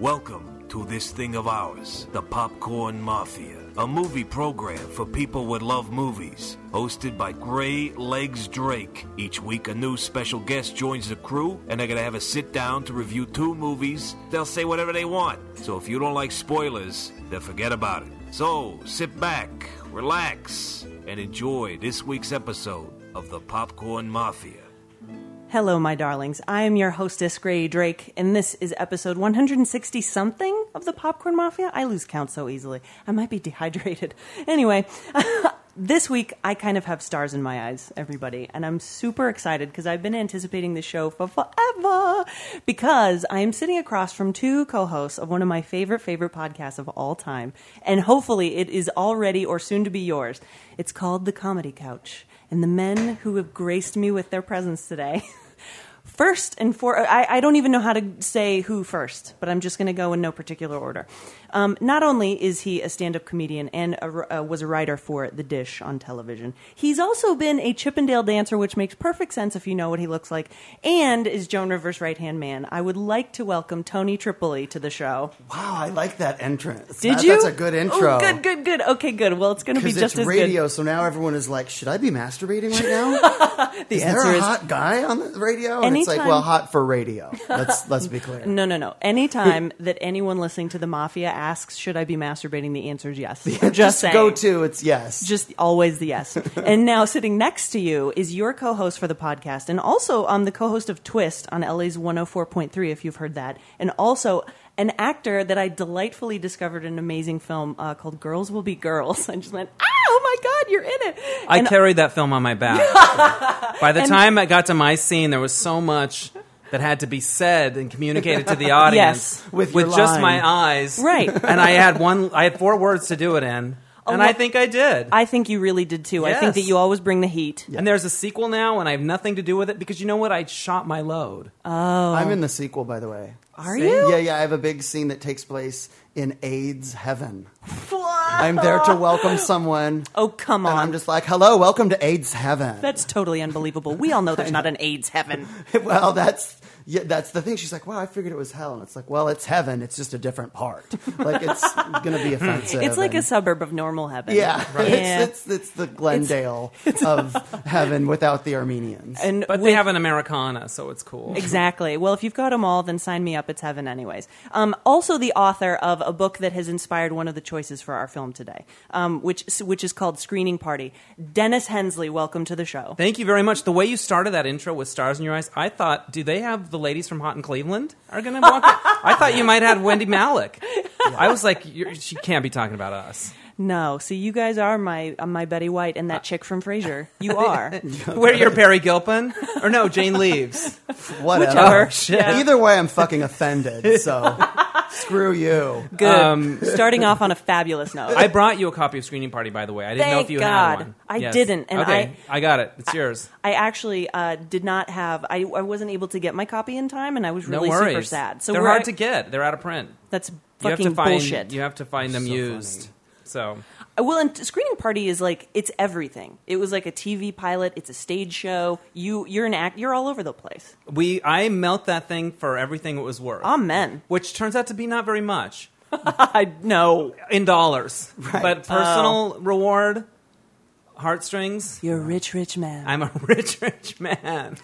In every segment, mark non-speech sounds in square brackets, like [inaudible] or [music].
Welcome to This Thing of Ours, the Popcorn Mafia, a movie program for people would love movies, hosted by Gray Legs Drake. Each week, a new special guest joins the crew, and they're going to have a sit down to review two movies. They'll say whatever they want, so if you don't like spoilers, then forget about it. So sit back, relax, and enjoy this week's episode of the Popcorn Mafia. Hello, my darlings. I am your hostess, Gray Drake, and this is episode 160 something of the Popcorn Mafia. I lose count so easily. I might be dehydrated. [laughs] Anyway, this week I kind of have stars in my eyes, everybody, and I'm super excited because I've been anticipating this show for forever because I am sitting across from two co hosts of one of my favorite, favorite podcasts of all time, and hopefully it is already or soon to be yours. It's called The Comedy Couch, and the men who have graced me with their presence today. [laughs] First and for I, I don't even know how to say who first, but I'm just going to go in no particular order. Um, not only is he a stand-up comedian and a, uh, was a writer for The Dish on television, he's also been a Chippendale dancer, which makes perfect sense if you know what he looks like, and is Joan Rivers' right-hand man. I would like to welcome Tony Tripoli to the show. Wow, I like that entrance. Did That- you? That's a good intro. Oh, good, good, good. Okay, good. Well, it's going to be Because just it's as radio, good. so now everyone is like, "Should I be masturbating right [laughs] now? The is answer there a is hot guy on the radio?" And it's like, Anytime- "Well, hot for radio." [laughs] Let's let's be clear. No, no, no. [laughs] Anytime that anyone listening to the mafia asks, "Should I be masturbating?" the answer is yes. just saying. go to it's yes. Just always the [laughs] yes. and now sitting next to you is your co-host for the podcast, and also um, the co-host of Twist on LA's 104.3, if you've heard that, and also an actor that I delightfully discovered in an amazing film uh, called Girls Will Be Girls. [laughs] I just went, ah, oh my god, you're in it. I And carried that film on [laughs] my back. By the time I got to my scene, there was so much that had to be said and communicated to [laughs] the audience Yes. With your just line. my eyes. Right. [laughs] And I had one I had four words to do it in. and well- I think I did. I think you really did too. I think Yes. that you always bring the heat. and there's a sequel now and I have nothing to do with it because you know what? I shot my load. I'm in the sequel, by the way. Are you? Yeah, yeah. I have a big scene that takes place in AIDS heaven. I'm there to welcome someone, [laughs] Oh come on! and I'm just like, "Hello, welcome to AIDS heaven." That's totally unbelievable. We all know [laughs] there's not an AIDS heaven. well, that's yeah, that's the thing. She's like, "Wow, I figured it was hell," and it's like, "Well, it's heaven. It's just a different part. Like it's gonna be offensive." It's like a and- suburb of normal heaven. Yeah, Yeah. [laughs] It's, it's it's the Glendale [laughs] of heaven without the Armenians. and But with- they have an Americana, so it's cool. Exactly. Well, if you've got them all, then sign me up. It's heaven, anyways. Um, also, the author of a book that has inspired one of the choices for our film today, um, which which is called Screening Party. Dennis Hensley, welcome to the show. Thank you very much. The way you started that intro with stars in your eyes, I thought, do they have the ladies from Hot in Cleveland are going to walk? in? I thought you might have Wendy Malik. I was like, you're, she can't be talking about us. No, see, you guys are my uh, my Betty White and that chick from [laughs] Frasier. You are. Where you're Barry Gilpin or no Jane leaves. Whatever. Whichever. [laughs] Shit. Yeah. Either way, I'm fucking [laughs] offended. So screw you. Good. Starting off on a fabulous note. I brought you a copy of Screening Party, by the way. I didn't know Thank if you God. had one. I didn't, and okay, I, got it. It's yours. I actually uh, did not have. I, I wasn't able to get my copy in time, and I was No really worries. super sad. So they're we're hard to get. They're out of print. That's You have fucking to find. bullshit. You have to find them So used. funny. So Uh, Well, and screening party is like it's everything. It was like a TV pilot. It's a stage show. You you're an act. You're all over the place. we, I melt that thing for everything it was worth, Amen. which turns out to be not very much. [laughs] I no. in dollars, but personal Oh. reward, heartstrings. You're a rich, rich man. I'm a [laughs] rich, rich man.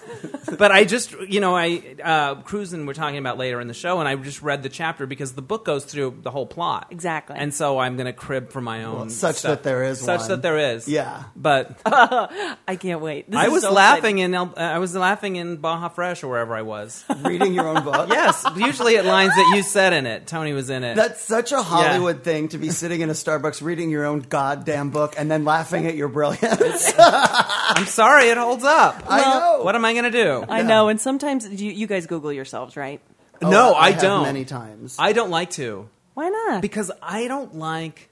but I just, you know, I uh, Cruz and we're talking about later in the show, and I just read the chapter because the book goes through the whole plot Exactly. And so I'm going to crib for my own such stuff. that there is such one. that there is, Yeah. [laughs] But I can not wait. This I is was so laughing in El- uh, I was laughing in Baja Fresh or wherever I [laughs] was. Reading your own book. yes, usually at lines that you said in it. Tony was in it. That's such a Hollywood thing to be sitting in a Starbucks reading your own goddamn book and then laughing at your brilliance. I'm sorry, it holds up. I know. what am I going to do? I know. And sometimes you, you guys Google yourselves, right? Oh, no, I, have don't. Many times. I don't like to Why not? because I don't like.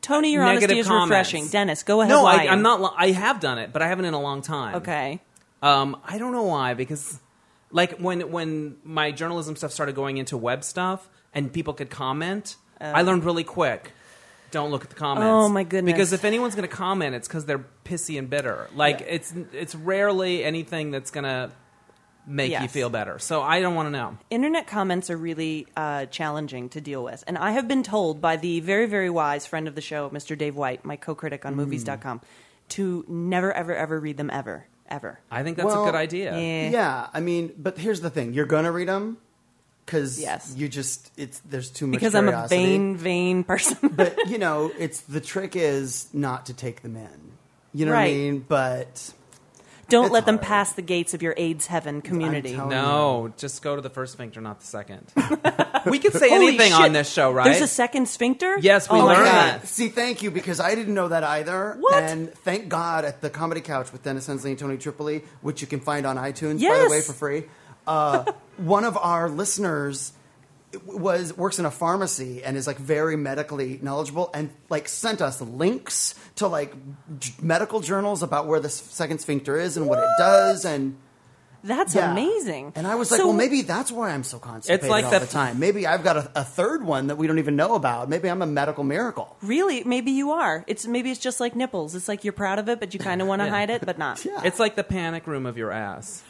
Tony, your honesty Negative is comments. refreshing. Dennis, go ahead. No, I, lying. I'm not. li- I have done it, but I haven't in a long time. Okay. Um, I don't know why because, like when when my journalism stuff started going into web stuff and people could comment, I learned really quick. Don't look at the comments. Oh, my goodness. Because if anyone's going to comment, it's because they're pissy and bitter. Like it's it's rarely anything that's going to make you Yes. feel better. So I don't want to know. internet comments are really uh, challenging to deal with. And I have been told by the very, very wise friend of the show, Mr. Dave White, my co critic Hmm. on movies movies.com, com, to never, ever, ever read them ever, ever. I think that's Well, a good idea. yeah. Yeah, I mean, but here's the thing: you're gonna read them because Yes. you just it's there's too much Because I'm a curiosity. vain, vain person. [laughs] but you know, it's the trick is not to take them in. You know what I Right. mean? But Don't It's let them hard. pass the gates of your AIDS heaven community. telling- No, just go to the first sphincter, not the second. [laughs] we could say Holy anything shit. on this show, right? There's a second sphincter? Yes, we oh my learned God. that. See, thank you because I didn't know that either. What? And thank God at the Comedy Couch with Dennis Hensley and Tony Tripoli, which you can find on iTunes by the Yes. way for free. [laughs] Uh, one of our listeners was works in a pharmacy and is like very medically knowledgeable and like sent us links to like j- medical journals about where the s- second sphincter is and what, it does and That's yeah. amazing. And I was like, So- well, maybe that's why I'm so constipated like all that- the time. Maybe I've got a, a third one that we don't even know about. Maybe I'm a medical miracle. Really, maybe you are. It's Maybe it's just like nipples. It's like you're proud of it, but you kind of want to hide it, but not. [laughs] Yeah. it's like the panic room of your ass.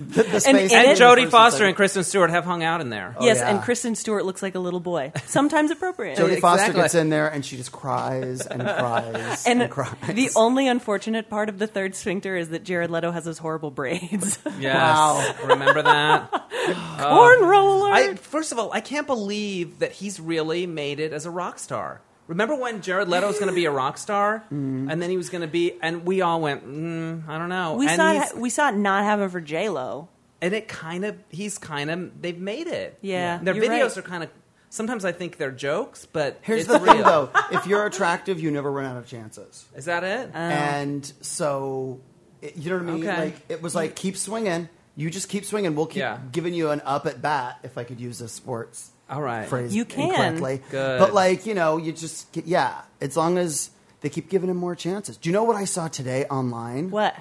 The, the space And And, it- Jodie Foster and Kristen Stewart have hung out in there. Yes, yeah. and Kristen Stewart looks like a little boy. Sometimes appropriate. Jodie Foster Exactly. gets in there and she just cries [laughs] and cries and, and cries. the only unfortunate part of the third sphincter is that Jared Leto has those horrible [laughs] braids. Yes. Wow. Remember that? [laughs] Corn roller. Oh. I, first of all, I can't believe that he's really made it as a rock star. Remember when Jared Leto was going to be a rock star, and then he was going to be, and we all went, mm, I don't know. we and saw he's- it, we saw it not having for J Lo. and it kind of he's kind of they've made it. Yeah, their you're videos right. are kind of. Sometimes I think they're jokes, but Here's it's the real. thing, though: if you're attractive, you never run out of chances. Is that it? Um, And so, it- you know what I mean? Oh. Okay. Like it was like keep swinging. You just keep swinging. We'll keep Yeah. giving you an up at bat. If I could use a sports All right. phrase, You can. incorrectly. Good. But like you know, you just get, yeah. As long as they keep giving him more chances. Do you know what I saw today online? What?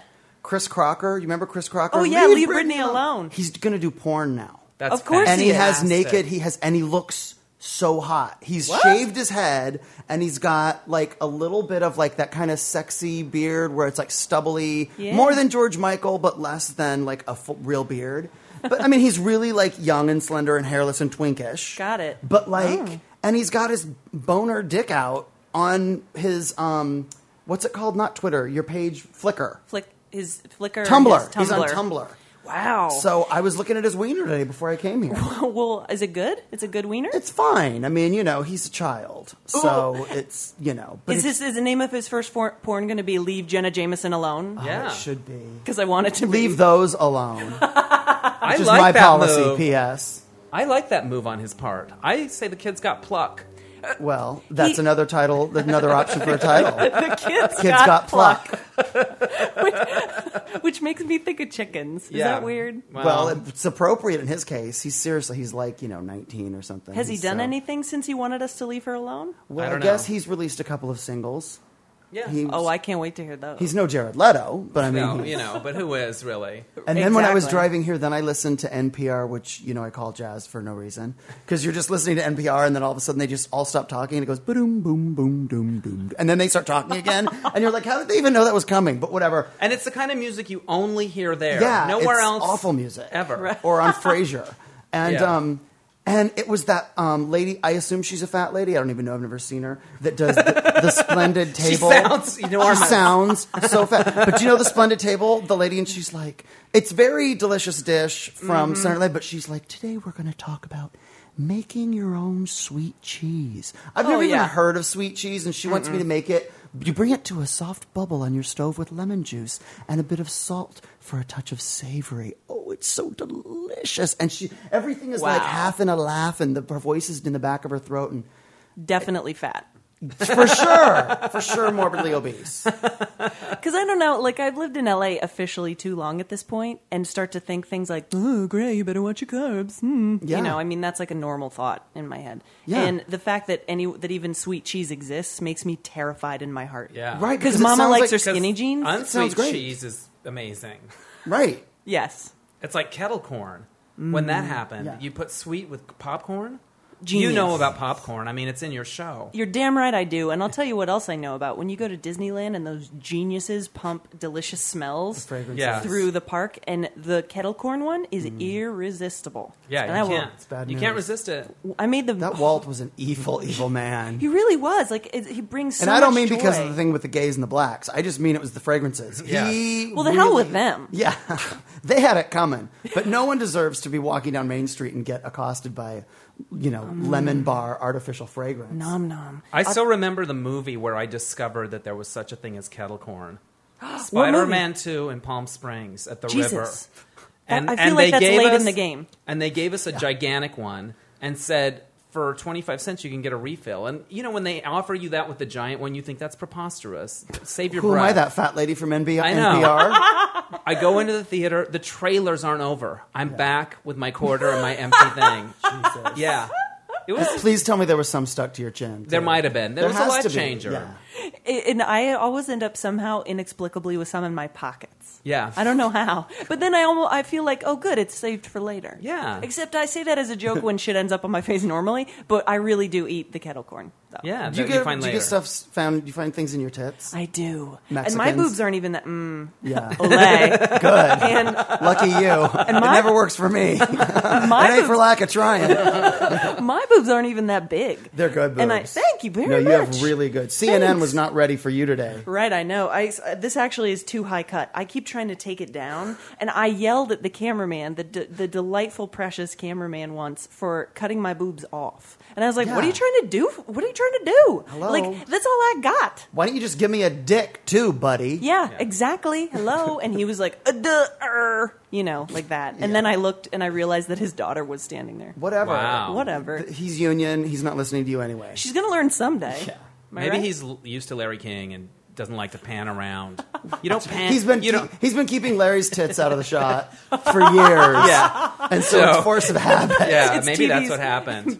Chris Crocker. You remember Chris Crocker? Oh, yeah, leave Britney alone. He's going to do porn now. That's Of course and he has fantastic. naked. He has and he looks so hot. He's What? shaved his head and he's got like a little bit of like that kind of sexy beard where it's like stubbly, Yeah. more than George Michael, but less than like a full, real beard. But I mean, he's really like young and slender and hairless and twinkish. Got it. Oh. But like, and he's got his boner dick out on his um, what's it called? Not Twitter. Your page, Flickr. Flick his Flickr. and Tumblr. his He's on Tumblr. Wow. So I was looking at his wiener today before I came here. well, is it good? It's a good wiener. It's fine. I mean, you know, he's a child, so it's you know. But is it's- this is the name of his first for- porn going to be "Leave Jenna Jameson Alone"? oh, Yeah. it should be. Because I want it to be. Leave those alone. Which I is like my that policy. move. P.S. I like that move on his part. I say the kid's got pluck. Well, that's He- another title. Another option for a title. [laughs] the kids, Kids got, got, pluck, pluck. which makes me think of chickens. Is that weird? Well, it's appropriate in his case. He's seriously, he's like you know, nineteen or something. Has he He's, done uh, anything since he wanted us to leave her alone? Well, I I, don't guess know. he's released a couple of singles. yeah. He, Oh, I can't wait to hear those. he's no Jared Leto, but I mean, no, he's- you know, but who is really? And then when I was Exactly. driving here, then I listened to NPR, which you know I call jazz for no reason because you're just listening to NPR, and then all of a sudden they just all stop talking, and it goes boom, boom, boom, boom, boom, and then they start talking [laughs] again, and you're like, how did they even know that was coming? But whatever, And it's the kind of music you only hear there. yeah, nowhere it's else. awful music ever. or on [laughs] Frasier, and Yeah. um. And it was that um, lady. I assume she's a fat lady. I don't even know. I've never seen her. That does the, [laughs] the splendid She table. sounds enormous. She sounds so fat. But you know the splendid table, the lady, and she's like, it's very delicious dish from Mm-hmm. Center Lake, but she's like, today we're going to talk about making your own sweet cheese. I've never even Oh, yeah. heard of sweet cheese, and she wants me to make it. You bring it to a soft bubble on your stove with lemon juice and a bit of salt for a touch of savory. Oh, it's so delicious! And she, everything is like Wow. half in a laugh, and the, her voice is in the back of her throat, and Definitely fat. for sure, for sure, morbidly obese. [laughs] Because I don't know, like I've lived in LA officially too long at this point, and start to think things like, "Oh, Gray, you better watch your carbs." Hmm. Yeah. You know, I mean, that's like a normal thought in my head. Yeah. And the fact that any that even sweet cheese exists makes me terrified in my heart. Yeah. Right, Because it Mama sounds likes like- her 'Cause skinny jeans. Unsweet sounds great. cheese is amazing. Right. yes. It's like kettle corn. When that happened, Mm, Yeah. you put sweet with popcorn. genius. You know about popcorn. I mean, it's in your show. You're damn right I do. And I'll tell you what else I know about. When you go to Disneyland and those geniuses pump delicious smells fragrances. Yeah. through the park, and the kettle corn one is Mm. irresistible. Yeah, and you I will- can't. bad you can't news. resist it. I made the. That Walt was an evil, evil man. He really was. Like, it, he brings so and I don't much mean because of joy. the thing with the gays and the blacks. I just mean it was the fragrances. Yeah. He Well, the hell with really- them. Yeah, [laughs] they had it coming. But no one deserves to be walking down Main Street and get accosted by, you know, Mm. lemon bar artificial fragrance. Nom nom. I still remember the movie where I discovered that there was such a thing as kettle corn. [gasps] What Spider Man 2 in Palm Springs at the Jesus. river. That- I feel like that's late in the game. And they gave us a gigantic one and said, for 25 cents, you can get a refill. And, you know, when they offer you that with the giant one, you think that's preposterous. Save your Who breath. am I? That fat lady from NB- I [laughs] know. NPR. I go into the theater. The trailers aren't over. I'm back with my quarter [laughs] and my empty thing. Jesus. Yeah. It was. Please tell me there was some stuck to your chin. There too. might have been. There, was a has to life be, changer. yeah. And I always end up somehow inexplicably with some in my pockets. Yeah. I don't know how. But then I almost I feel like, oh good, it's saved for later. Yeah. Except I say that as a joke when shit ends up on my face normally, but I really do eat the kettle corn. Though. Yeah. Do you that get, find do you later. get stuff s- found? Do you find things in [laughs] your tits? I do. And my Mexicans. boobs aren't even that mm yeah. [laughs] olay. Good. and Lucky you. my- it never works for me. it my ain't for boobs, lack of trying. my boobs aren't even that big. They're good boobs. And I thank you very no, you much. have really good. CNN was not ready for you today. Right, I know. I uh, this actually is too high cut. I keep trying to take it down, and I yelled at the cameraman, the d- the delightful, precious cameraman, once for cutting my boobs off. And I was like, "What are you Yeah. trying to do? What are you trying to do? Hello? Like that's all I got." Why don't you just give me a dick too, buddy? Yeah, exactly. Hello, and he was like, uh, duh, er, you know, like that. And then I looked and I realized that his daughter was standing there. Whatever. Wow. Whatever. He's union. He's not listening to you anyway. She's gonna learn someday. Am I Maybe right? he's l- used to Larry King and doesn't like to pan around. You don't pan. He's been You don't, he's been keeping Larry's tits out of the shot for years. yeah. And so, it's So- force of habit. [laughs] Yeah. It's maybe that's TV's what happened.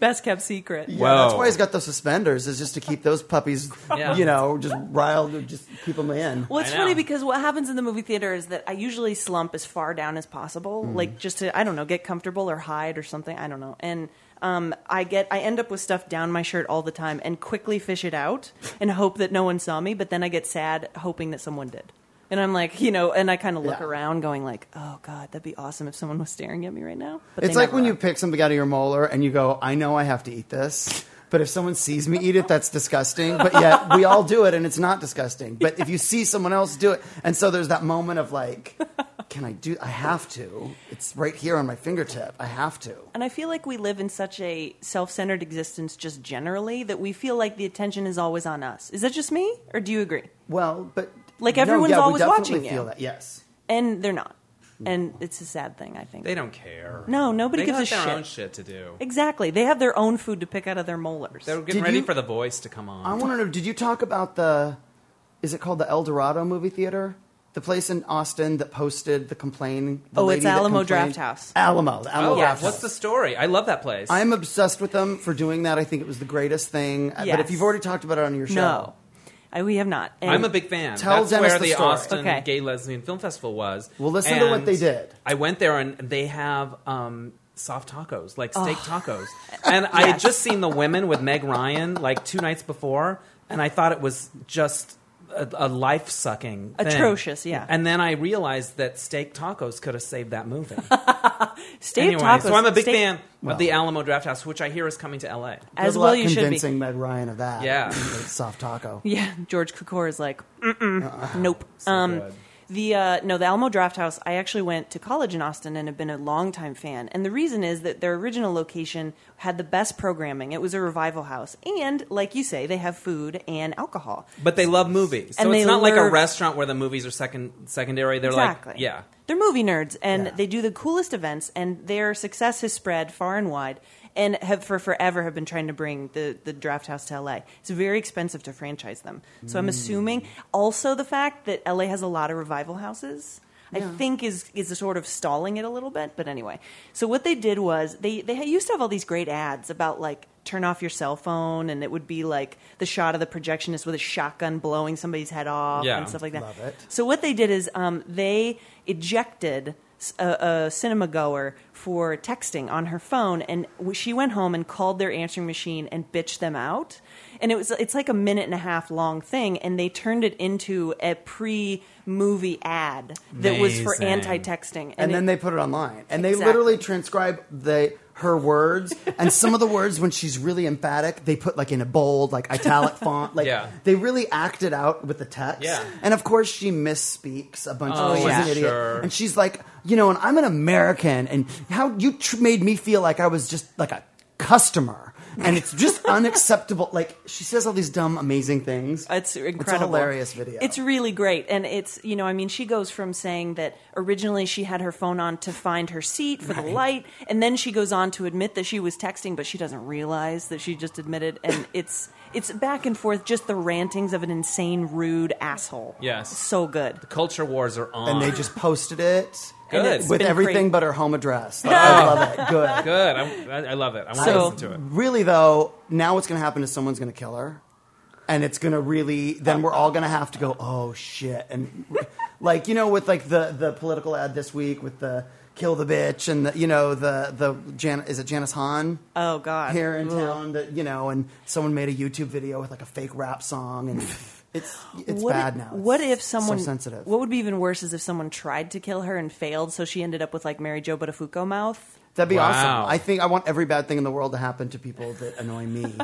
[laughs] Best kept secret. Yeah, that's [laughs] Whoa. why he's got those suspenders, is just to keep those puppies, Yeah. you know, just riled, just keep them in. Well, it's I funny know. because what happens in the movie theater is that I usually slump as far down as possible, Hmm. like just to I don't know get comfortable or hide or something. I don't know, and um, I get I end up with stuff down my shirt all the time and quickly fish it out and hope that no one saw me, but then I get sad hoping that someone did. And I'm like, you know, and I kind of look Yeah. around, going like, "Oh God, that'd be awesome if someone was staring at me right now." But It's they like never when are. you pick something out of your molar and you go, I know I have to eat this. But if someone sees me eat it, that's disgusting. But yet we all do it and it's not disgusting. But if you see someone else do it, and so there's that moment of like, can I do I have to. It's right here on my fingertip. I have to. And I feel like we live in such a self-centered existence, just generally, that we feel like the attention is always on us. Is that just me, or do you agree? Well, but Like, No, everyone's yeah, we always definitely watching you. feel that, Yes. and they're not. And it's a sad thing, I think. They don't care. No, nobody they gives got a their shit. own shit to do. exactly. They have their own food to pick out of their molars. They're getting Did ready you- for the voice to come on. I want to know. Did you talk about the? Is it called the El Dorado movie theater? The place in Austin that posted the complaint. The Oh, lady it's that Alamo complained- Draft House. Alamo, the Alamo oh, Draft what's House. the story? I love that place. I'm obsessed with them for doing that. I think it was the greatest thing. Uh, But Yes. if you've already talked about it on your show, no, I, we have not. And I'm a big fan. Tell That's Dennis where the the, story. Austin Okay. Gay Lesbian Film Festival was. Well, listen to what And they did. I went there and they have um, soft tacos, like steak tacos. [laughs] And I had Yes. just seen The Women with Meg Ryan like two nights before, and I thought it was just a, a life sucking, Atrocious, yeah. And then I realized that steak tacos could have saved [laughs] that movie. Stay anyway, tacos. so I'm a big Stay- fan of the Alamo Draft House, which I hear is coming to L.A. Good As luck well, you should convincing be. Meg Ryan of that. Yeah. It's soft taco. Yeah, [laughs] George Cukor is like, Mm-mm, nope. um, good. the uh, no, the Alamo Draft House. I actually went to college in Austin and have been a longtime fan. And the reason is that their original location had the best programming. It was a revival house, and like you say, they have food and alcohol. But they love movies, so And they it's not like a love- restaurant where the movies are second secondary. They're exactly. like, yeah. They're movie nerds and Yeah. they do the coolest events and their success has spread far and wide and have for forever have been trying to bring the, the draft house to LA. It's very expensive to franchise them. So Mm. I'm assuming also the fact that LA has a lot of revival houses. I think is is sort of stalling it a little bit, but anyway. So what they did was they they used to have all these great ads about like turn off your cell phone, and it would be like the shot of the projectionist with a shotgun blowing somebody's head off Yeah. and stuff like that. Love it. So what they did is um, they ejected s- a, a cinema goer for texting on her phone, and w- she went home and called their answering machine and bitched them out. And it was it's like a minute and a half long thing, and they turned it into a pre movie ad that was for Amazing. anti texting. and it- then they put it online and they Exactly. literally transcribe the her words and some of the words when she's really emphatic they put like in a bold [laughs] like italic font like Yeah. they really act it out with the text Yeah. and of course she misspeaks a bunch Oh, of she's yeah. an idiot Sure. and she's like you know and i'm an american and how you tr- made me feel like i was just like a customer and [laughs] it's just unacceptable like she says all these dumb amazing things It's incredible. it's a hilarious video It's really great. And it's, you know, I mean, she goes from saying that originally she had her phone on to find her seat for the light, and then she goes on to admit that she was texting, but she doesn't realize that she just admitted. And it's it's back and forth, just the rantings of an insane, rude asshole. Yes. So good. Culture wars are on. and they just posted it Good. it's with been everything great. but her home address. Like, I love it. Good. Good. I'm, I, I love it. I want So- to listen to it. Really though, now what's going to happen is someone's going to kill her, and it's going to really. Then we're all going to have to go. Oh shit! And like you know, with like the the political ad this week with the kill the bitch and the, you know the the Jan, is it Janice Hahn? Oh, God. here in town that you know, and someone made a YouTube video with like a fake rap song, and [laughs] it's it's what bad if, now. What It's if someone so sensitive? What would be even worse is if someone tried to kill her and failed, so she ended up with like Mary Jo Buttafuoco mouth. That'd be Wow. awesome. I think I want every bad thing in the world to happen to people that annoy me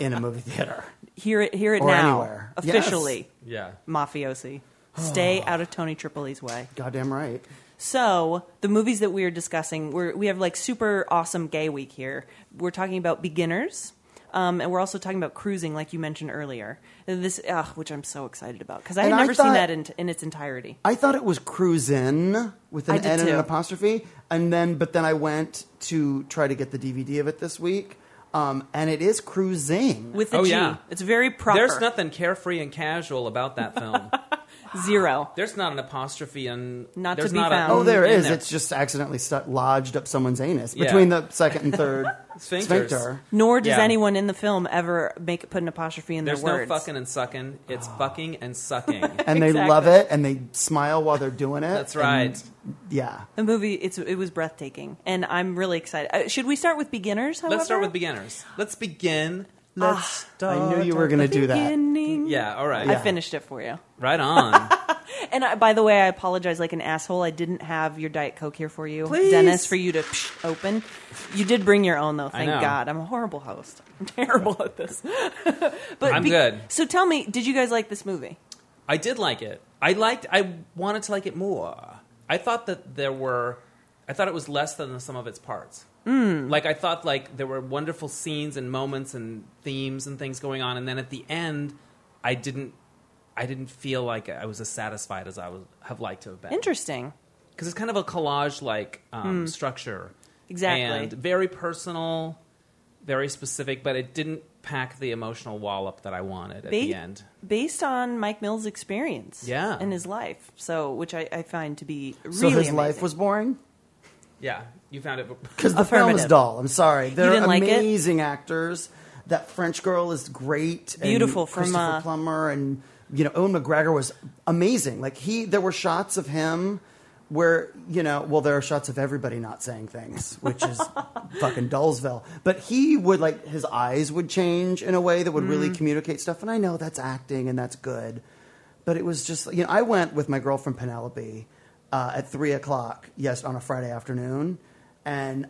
in a movie theater. Hear it, hear it Or now, anywhere. Yes. officially. Yeah. [sighs] mafiosi. Stay out of Tony Tripoli's way. Goddamn right. So the movies that we are discussing, we're, we have like super awesome gay week here. We're talking about beginners, um, and we're also talking about cruising, like you mentioned earlier. And This, ugh, which I'm so excited about because I had And I never seen thought- that in, in its entirety. I thought it was cruisin with an I N did and too. an apostrophe, and then but then I went to try to get the DVD of it this week, um, and it is cruising. With the Oh, G, yeah. it's very proper. There's nothing carefree and casual about that [laughs] film. zero. there's not an apostrophe and Not to there's be not found. A, oh, there in is. It's just accidentally stuck, lodged up someone's anus Yeah. between the second [laughs] and third Sphincters. sphincter. Nor does Yeah. anyone in the film ever make put an apostrophe in There's their no words. fucking and sucking. It's Ah. fucking [laughs] and sucking. And they Exactly. love it, and they smile while they're doing it. That's and- right. yeah. the movie, it's it was breathtaking, and I'm really excited. Uh, should we start with beginners? However, Let's start with beginners. Let's begin. Let's start. I knew you were going to do that. beginning. Yeah, all right. I finished it for you. Right on. And I, by the way, I apologize like an asshole. I didn't have your Diet Coke here for you, Please. Dennis, for you to psh, open. You did bring your own, though. Thank know. God. I'm a horrible host. [laughs] I'm terrible at this. [laughs] but I'm good. So tell me, did you guys like this movie? I did like it. I liked. I wanted to like it more. I thought that there were. I thought it was less than the sum of its parts. Mm. Like I thought, like there were wonderful scenes and moments and themes and things going on, and then at the end, I didn't. I didn't feel like I was as satisfied as I would have liked to have been. Interesting. because it's kind of a collage like um, structure. Exactly. And very personal, very specific, but it didn't pack the emotional wallop that I wanted at the Ba- end. Based on Mike Mills' experience, Yeah. in his life, so which I, I find to be really So his amazing. life was boring? Yeah, you found it. Because the film is Affirmative. dull. I'm sorry. They're didn't like it? amazing actors. That French girl is great. and Beautiful from, Christopher uh, Plummer and you know Owen McGregor was amazing. Like he, there were shots of him where you know, well, there are shots of everybody not saying things, [laughs] which is fucking Dullsville. But he would like his eyes would change in a way that would Mm. really communicate stuff. And I know that's acting and that's good, but it was just you know I went with my girlfriend Penelope uh, at three o'clock yes on a Friday afternoon, and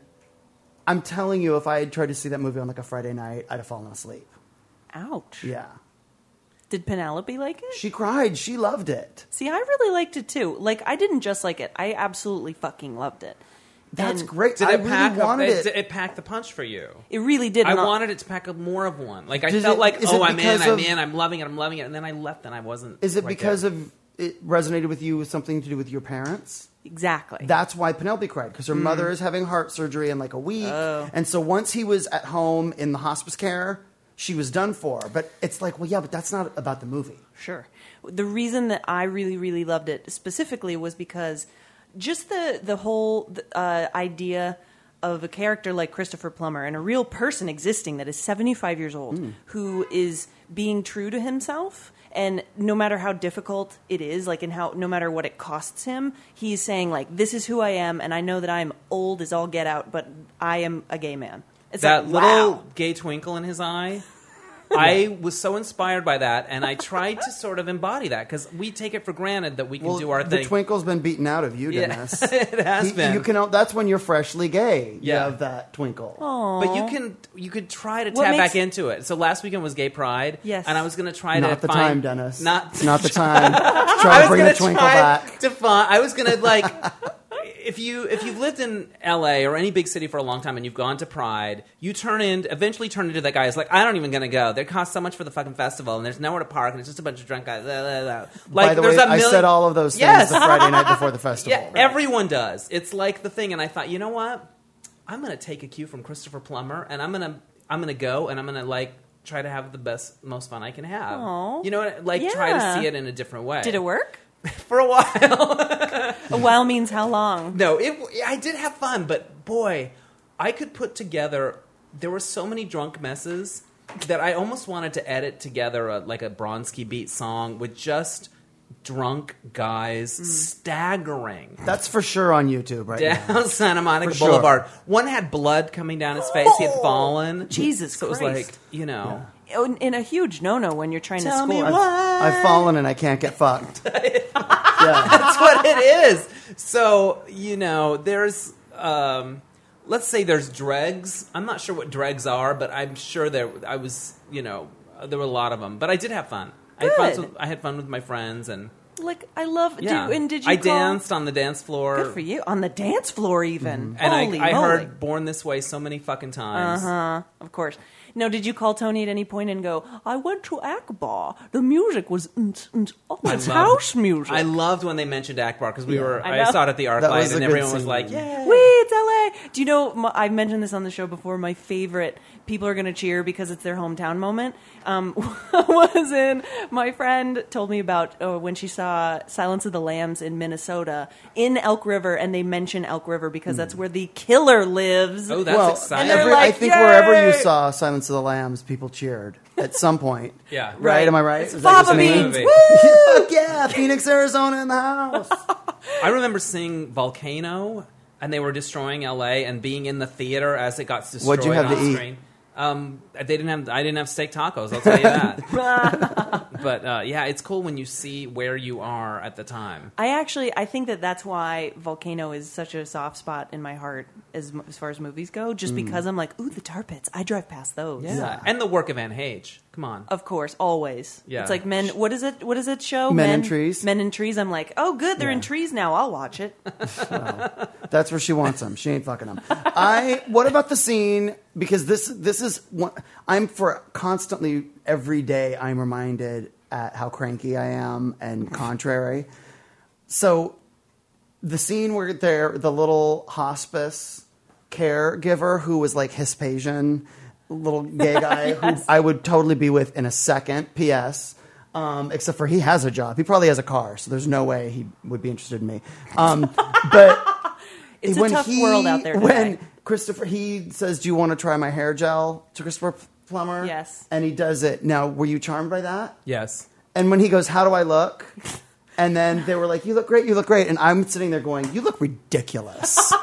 I'm telling you, if I had tried to see that movie on like a Friday night, I'd have fallen asleep. Ouch. Yeah. Did Penelope like it? She cried. She loved it. See, I really liked it too. Like, I didn't just like it; I absolutely fucking loved it. That's And great. Did I it really pack? a- wanted it, it. it. packed the punch for you. It really did. I and I'll- wanted it to pack up more of one. Like I Does felt it- like, is oh, it I'm in, because I'm of- in, I'm loving it, I'm loving it, and then I left and I wasn't. Is it right because there. of it resonated with you with something to do with your parents? exactly. That's why Penelope cried because her Hmm. mother is having heart surgery in like a week, Oh. and so once he was at home in the hospice care, she was done for. But it's like, well, yeah, but that's not about the movie. Sure. The reason that I really, really loved it specifically was because just the the whole uh, idea of a character like Christopher Plummer and a real person existing that is 75 years old Hmm. who is being true to himself. And no matter how difficult it is, like, and how, no matter what it costs him, he's saying, like, this is who I am, and I know that I'm old as all get out, but I am a gay man. It's that like, little wow. gay twinkle in [laughs] his eye. I was so inspired by that, and I tried to sort of embody that because we take it for granted that we can Well, do our the thing. twinkle's been beaten out of you, Yeah, Dennis. [laughs] it has You- been. You can. That's when you're freshly gay. You Yeah. have that twinkle. but you can you could try to What tap makes- back into it. So last weekend was Gay Pride, Yes. and I was going to try Not to the time, find Dennis. [laughs] Not not the time. [laughs] I Try to was bring the gonna twinkle try back. To find, I was gonna like [laughs] if you if you've lived in L.A. or any big city for a long time and you've gone to Pride, you turn in eventually turn into that guy who's like, I don't even gonna go. They cost so much for the fucking festival, and there's nowhere to park, and it's just a bunch of drunk guys. blah, blah, blah." Like By the there's way, a I million- said all of those things Yes. the Friday night before the [laughs] festival. yeah, everyone does. It's like the thing, and I thought, you know what? I'm gonna take a cue from Christopher Plummer, and I'm gonna I'm gonna go, and I'm gonna like try to have the best most fun I can have. Aw. You know, what? like try Yeah. to see it in a different way. Did it work? [laughs] for a while? A while means how long? No, it. I did have fun, but boy, I could put together. There were so many drunk messes that I almost wanted to edit together a, like a Bronski beat song with just drunk guys Mm. staggering That's for sure on YouTube right Mm. down now. Santa Monica For sure. Boulevard. One had blood coming down his face. he had Oh! fallen. Jesus so it was Christ. like you know. Oh, and- and a huge no no when you're trying to Tell me school. why. I've fallen and I can't get [laughs] fucked. yeah. That's what it is. So you know, there's um, let's say there's dregs. I'm not sure what dregs are, but I'm sure there. I was you know there were a lot of them, but I did have fun. I had fun, Good. with- I had fun with my friends and Like I love. yeah. Do, and did you? I call- danced on the dance floor. Good for you on the dance floor, even. And Holy I, I moly. heard "Born This Way" so many fucking times. Uh, of course. No, did you call Tony at any point and go, I went to Akbar. The music was mm, mm, oh, it's loved- house music. I loved when they mentioned Akbar because we were. I I, know. saw it at the Arc That Light, was a and good everyone was scene. like, "Yeah!" Wee, it's LA. Do you know? My, I've mentioned this on the show before. My favorite people are going to cheer because it's their hometown moment. Um, [laughs] was in my friend told me about uh, when she saw Silence of the Lambs in Minnesota in Elk River, and they mention Elk River because that's Hmm. where the killer lives. Oh, that's well, exciting. And they're every- I like, think wherever you "Yay!" saw Silence of the Lambs, people cheered at some [laughs] point. Yeah. Right? Am I right? It's Is that what fava you're saying? beans. Movie. Woo! Fuck yeah, Phoenix, Arizona in the house. I remember seeing Volcano, and they were destroying LA, and being in the theater as it got destroyed. What'd you have on to eat? Screen. Um, they didn't have. I didn't have steak tacos. I'll tell you that. [laughs] but uh, yeah, it's cool when you see where you are at the time. I actually I think that that's why Volcano is such a soft spot in my heart as mu- as far as movies go, Hmm. just because I'm like, ooh, the tar pits. I drive past those. Yeah, and the work of Anne Hage. Come on. Of course, always. Yeah. It's like men. What is it? What is it show? Men in Trees. Men in trees. I'm like, oh, good. They're in trees now. I'll watch [laughs] it. That's where she wants them. She ain't fucking them. I. What about the scene? Because this this is one. I'm for constantly every day. I'm reminded at how cranky I am and contrary. So, the scene where they're the little hospice caregiver who was like Hispasian little gay guy who I would totally be with in a second. P.S. Um, except for he has a job. He probably has a car, so there's no way he would be interested in me. Um, but It's a tough world out there When today. [laughs] Christopher he says, "Do you want to try my hair gel?" to Christopher Plummer, Yes. and he does it. Now, were you charmed by that? Yes. And when he goes, "How do [laughs] I look?" And then they were like, "You look great, you look great," and I'm sitting there going, "You look ridiculous. [laughs]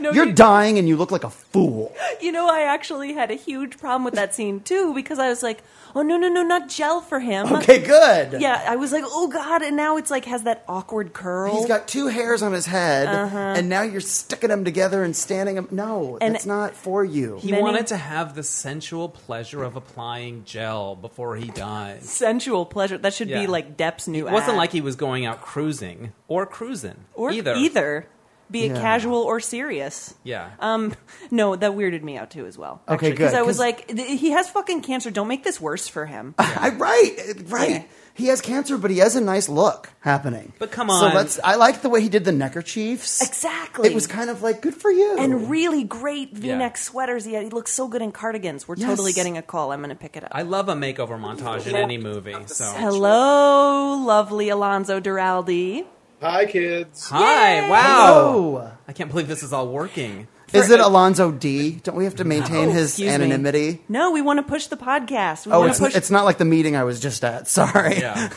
No, You're you- dying, and you look like [laughs] a fool." You know, I actually had a huge problem with that scene too because I was like, oh no, no, no, not gel for him. Okay, good. Yeah, I was like, oh god, and now it's like has that awkward curl. He's got two hairs on his head, and now you're sticking them together and standing them. No, Uh-huh. And- that's not for you. He Many- wanted to have the sensual pleasure of applying gel before he dies. sensual pleasure. That should Yeah. be like Depp's new. It wasn't ad. like he was going out cruising or cruising or either. either be it Yeah. casual or serious. Yeah. Um, no, that weirded me out too as well. Okay, Because good, I was 'cause- like, th- he has fucking cancer. Don't make this worse for him. I right, right. Yeah. He has cancer, but he has a nice look happening. But come So on. let's. I like the way he did the neckerchiefs. Exactly. It was kind of like good for you. and really great V-neck Yeah. sweaters. He, had. he looks so good in cardigans. We're Yes. totally getting a call. I'm going to pick it up. I love a makeover montage in any movie. So Hello, lovely Alonzo Duraldi. Hi, kids. hi, Yay! wow. oh, I can't believe this is all working. Is it Alonzo D? Don't we have to maintain Oh, his excuse me. anonymity? No, we want to push the podcast. We Oh, want it's, to push. it's not like the meeting I was just at. [laughs] Sorry. [laughs] Yeah.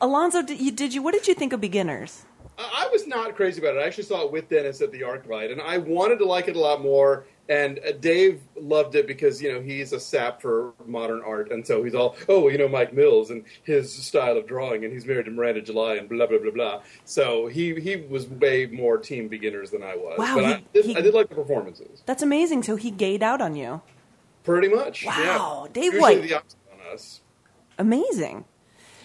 Alonzo, did you, did you? What did you think of beginners? I I was not crazy about it. I actually saw it with Dennis at the ArcLight, and I wanted to like it a lot more. And uh, Dave loved it because you know he's a sap for modern art, and so he's all, oh, you know, Mike Mills and his style of drawing, and he's married to Miranda July, and blah blah blah blah. So he he was way more team beginners than I was. Wow, but he- I, did, he- I did like the performances, That's amazing. So he gayed out on you. pretty much. Wow, yeah. Dave Usually White. the opposite on us. Amazing.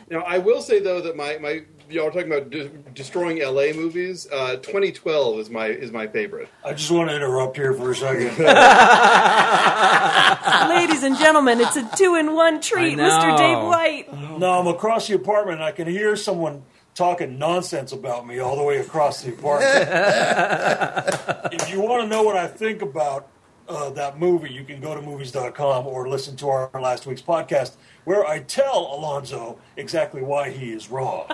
Now, I will say though that my my y'all are talking about de- destroying LA movies. Uh, 2012 is my is my favorite. I just want to interrupt here for a second. Ah. Ladies and gentlemen, it's a two in one treat, I know. Mr. Dave White. No, I'm across the apartment. and I can hear someone talking nonsense about me all the way across the apartment. if you want to know what I think about uh, that movie, you can go to movies.com or listen to our last week's podcast where I tell Alonzo exactly why he is wrong.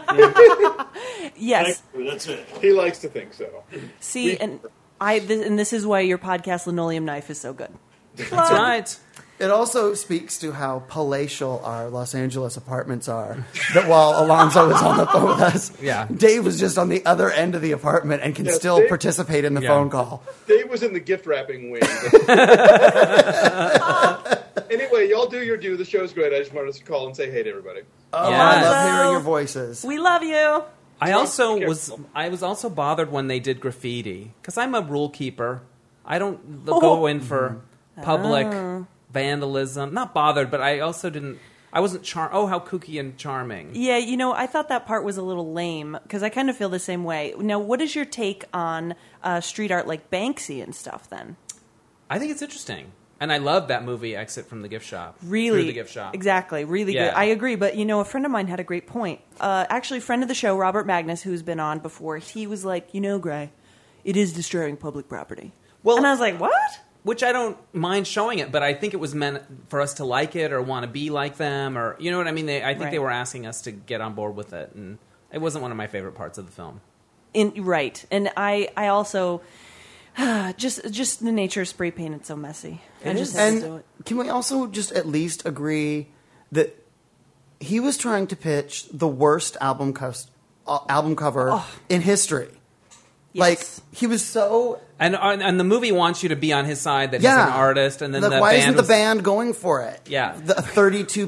Yes. That's it. He likes to think so. See, and I th- and this is why your podcast Linoleum Knife is so good. That's right. It also speaks to how palatial our Los Angeles apartments are. That while Alonzo was on the phone with us, Yeah. Dave was just on the other end of the apartment and can Yes, still Dave- participate in the Yeah. phone call. Dave was in the gift wrapping wing. anyway, y'all do your due. The show's great. I just wanted to call and say hey to everybody. Oh, I Yes. love hearing Alonzo. your voices. We love you. I also Careful. was I was also bothered when they did graffiti because I'm a rule keeper. I don't l- Oh. Mm-hmm. Ah. go in for public vandalism. Not bothered, but I also didn't. I wasn't char. Oh, how kooky and charming! Yeah, you know, I thought that part was a little lame because I kind of feel the same way. Now, what is your take on uh, street art like Banksy and stuff? Then, I think it's interesting, and I love that movie Exit from the Gift Shop. really, Through the gift shop. exactly, really Yeah. good. I agree, but you know, a friend of mine had a great point. Uh, actually, a friend of the show, Robert Magnus, who's been on before, he was like, you know, Gray, it is destroying public property. Well, Well- and I was like, what? Which I don't mind showing it, but I think it was meant for us to like it or want to be like them, or you know what I mean. They, I think Right. they were asking us to get on board with it, and it wasn't one of my favorite parts of the film. In, right, and I, I also. [sighs] Just, just the nature of spray paint. It's so messy. I It just is. had to do And it. can we also just at least agree that he was trying to pitch the worst album, cus- uh, album cover in history? Yes. Like, he was so And, and and the movie wants you to be on his side that he's an artist, and then Like, the why band isn't the was- band going for it? Yeah. the thirty-two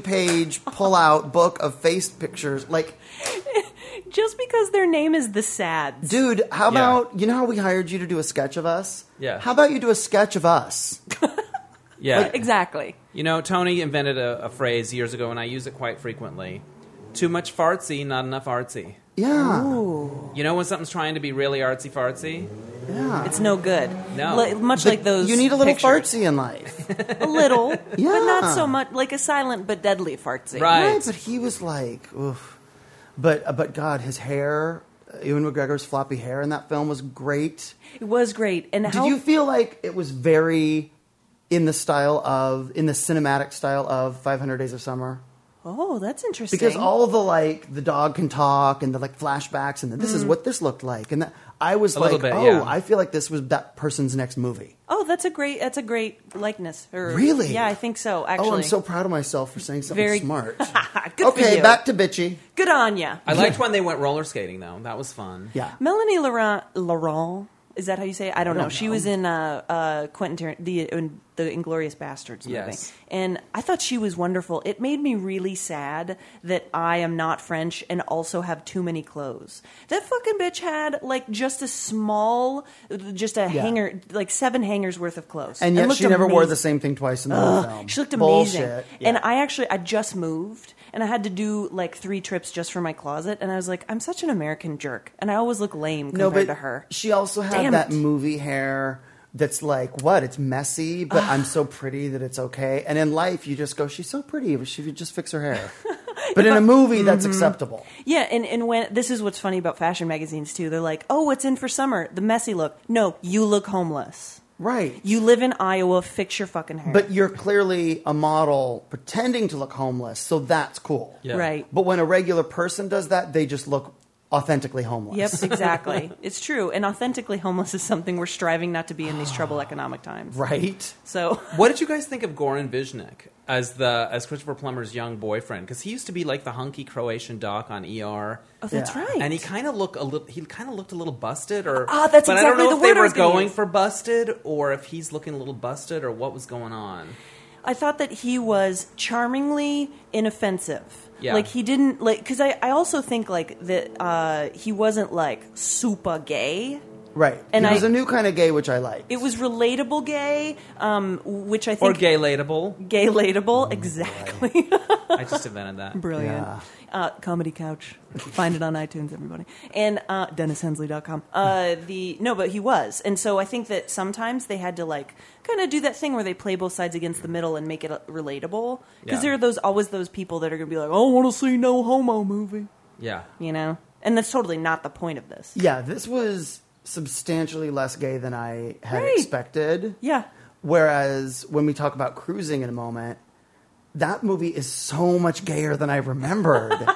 [laughs] page pull-out book of face pictures. Like, just because their name is the Sads. dude, how about you know how we hired you to do a sketch of us? Yeah. How about you do a sketch of us? Yeah, [laughs] Exactly. you know, Tony invented a, a phrase years ago, and I use it quite frequently. Too much fartsy, not enough artsy. Yeah. You know when something's trying to be really artsy fartsy? Yeah. It's no good. No. Li- much like those. You need a little pictures. fartsy in life, [laughs] A little, but not Yeah. so much. Like a silent but deadly fartsy. Right. right? But he was like, oof. But uh, but God, his hair, uh, Ewan McGregor's floppy hair in that film was great. It was great. And Did how you feel like it was very in the style of in the cinematic style of Five Hundred Days of Summer? Oh, that's interesting. because all the like the dog can talk and the like flashbacks and the, this Mm. is what this looked like and that, I was A little like bit, oh yeah. I feel like this was that person's next movie. Oh, that's a great. That's a great likeness. Or, Really? Yeah, I think so. Actually. Oh, I'm so proud of myself for saying something Very- [laughs] smart. Good for okay, you. back to bitchy. Good on ya. I liked when they went roller skating though. That was fun. Yeah, Melanie Laurent. Laurent. Is that how you say it? I don't, don't know. She know. was in uh, uh, Quentin Tar- the in the Inglorious Bastards movie, Yes. and I thought she was wonderful. It made me really sad that I am not French and also have too many clothes. That fucking bitch had like just a small, just a hanger, like seven hangers worth of clothes, and yet looked she never wore amazing. the same thing twice in the whole film. She looked amazing. Bullshit. And Yeah. I actually, I just moved and I had to do like three trips just for my closet. And I was like, I'm such an American jerk. And I always look lame compared no, but to her. she also had Damn that it. movie hair. That's like what it's messy, but I'm so pretty that it's okay. And in life, you just go, she's so pretty, but she could just fix [laughs] her hair. But in a movie, Mm-hmm. that's acceptable. Yeah. And, and when this is what's funny about fashion magazines too, they're like, oh, what's in for summer? The messy look. No, you look homeless. Right. You live in Iowa. Fix your fucking hair. But you're clearly a model pretending to look homeless, so that's cool. Yeah. right. But when a regular person does that, they just look authentically homeless. [laughs] Yep, exactly. it's true. And authentically homeless is something we're striving not to be [sighs] in these troubled economic times. Right? So [laughs] What did you guys think of Goran Viznik as the as Christopher Plummer's young boyfriend? Because he used to be like the hunky Croatian doc on ER. Oh, that's Yeah. right. And he kind of looked a little. He kind of looked a little busted, or Ah, that's but I don't exactly know the if word they I were was gonna going use. for busted, or if he's looking a little busted, or what was going on. I thought that he was charmingly inoffensive. Yeah. Like he didn't like because I, I also think like that uh, he wasn't like super gay. Right. And And he I- was a new kind of gay, which I like. It was relatable gay, um, which I Or think gay latable. gay relatable [laughs] exactly. I just [laughs] invented that. Brilliant. Yeah. Uh, Comedy Couch. Find it on iTunes, everybody. And uh, DennisHensley.com. Uh, the, no, but he was. And so I think that sometimes they had to, like, kind of do that thing where they play both sides against the middle and make it uh, relatable. Because Yeah. there are those always those people that are going to be like, I don't want to see no homo movie. Yeah. You know? And that's totally not the point of this. yeah, this was substantially less gay than I had Right. expected. Yeah. Whereas when we talk about cruising in a moment, that movie is so much gayer than I remembered. [laughs]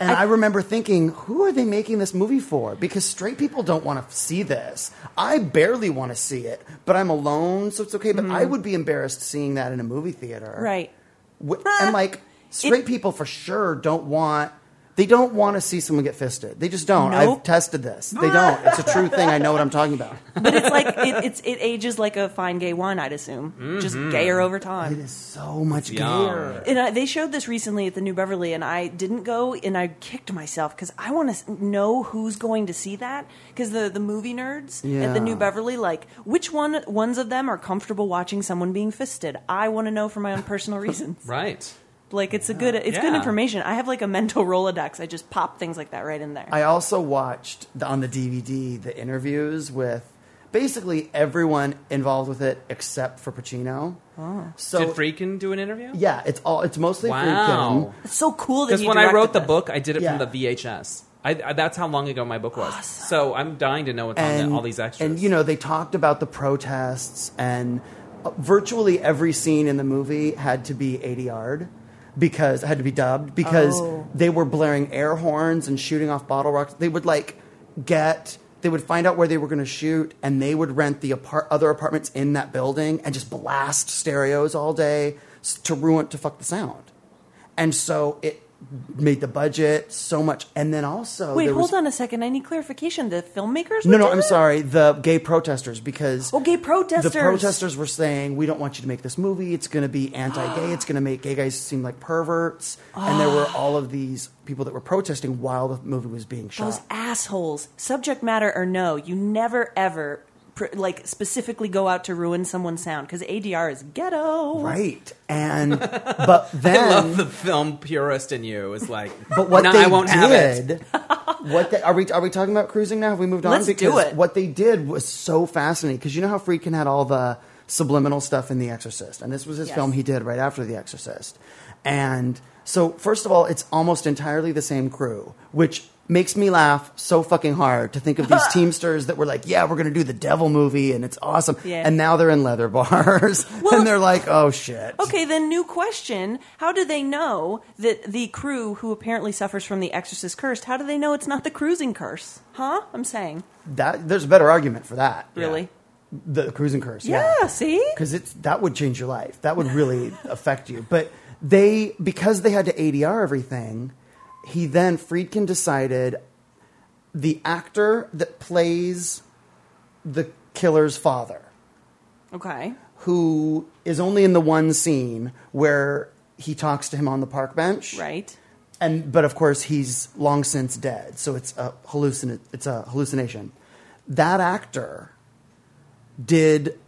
and I, remember thinking, who are they making this movie for? Because straight people don't want to see this. I barely want to see it, but I'm alone, so it's okay. But I would be embarrassed seeing that in a movie theater. Mm-hmm. Right. Wh- And like, straight people for sure don't want. They don't want to see someone get fisted. They just don't. Nope. I've tested this. They don't. It's a true thing. I know what I'm talking [laughs] about. But it's like, it, it's, it ages like a fine gay wine, I'd assume. Just gayer over time. Mm-hmm. It is so much Yum. gayer. And I, they showed this recently at the New Beverly, and I didn't go, and I kicked myself because I want to know who's going to see that. Because the, the movie nerds at the Yeah. New Beverly, like which one ones of them are comfortable watching someone being fisted? I want to know for my own [laughs] personal reasons. Right. Like it's a good it's good Yeah. information. I have like a mental rolodex. I just pop things like that right in there. I also watched the, on the DVD the interviews with basically everyone involved with it except for Pacino. So Did Freakin do an interview? yeah, it's all it's mostly Wow. Friedkin. it's so cool that Because he when I directed wrote the this. book, I did it Yeah. from the VHS. I, I, that's how long ago my book was. So I'm dying to know what's on And the, all these extras. And you know, they talked about the protests and uh, virtually every scene in the movie had to be 80 yard because had to be dubbed because Oh. they were blaring air horns and shooting off bottle rocks. They would like get they would find out where they were going to shoot and they would rent the apart- other apartments in that building and just blast stereos all day s- to ruin to fuck the sound. And so it made the budget so much and then also Wait, there hold was, on a second. I need clarification. The filmmakers? were no, no, doing I'm that? sorry. The gay protesters, because Oh, gay protesters. the protesters were saying, "We don't want you to make this movie. It's going to be anti-gay. it's going to make gay guys seem like perverts." and there were all of these people that were protesting while the movie was being shot. Those assholes, subject matter or no, you never ever pr- like specifically go out to ruin someone's sound because ADR is ghetto. right. [laughs] And but then I love the film purist in you is like, But what no, they I won't did, have it. what they, are we are we talking about cruising now? Have we moved on? Let's do because it. What they did was so fascinating because you know how Friedkin had all the subliminal stuff in The Exorcist, and this was his Yes. film he did right after The Exorcist. And so, first of all, it's almost entirely the same crew, which makes me laugh so fucking hard to think of [laughs] these teamsters that were like, "Yeah, we're going to do the devil movie, and it's awesome," Yeah. and now they're in leather bars, [laughs] Well- and they're like, "Oh shit." Okay, then new question: How do they know that the crew who apparently suffers from the Exorcist curse? How do they know it's not the cruising curse? Huh? I'm saying, That there's a better argument for that. really? The cruising curse. Yeah. see, because it's that would change your life. That would really affect you. But they because they had to ADR everything, he then Friedkin decided the actor that plays the killer's father, okay, who is only in the one scene where he talks to him on the park bench, right. and but of course he's long since dead, so it's a hallucin- it's a hallucination. That actor did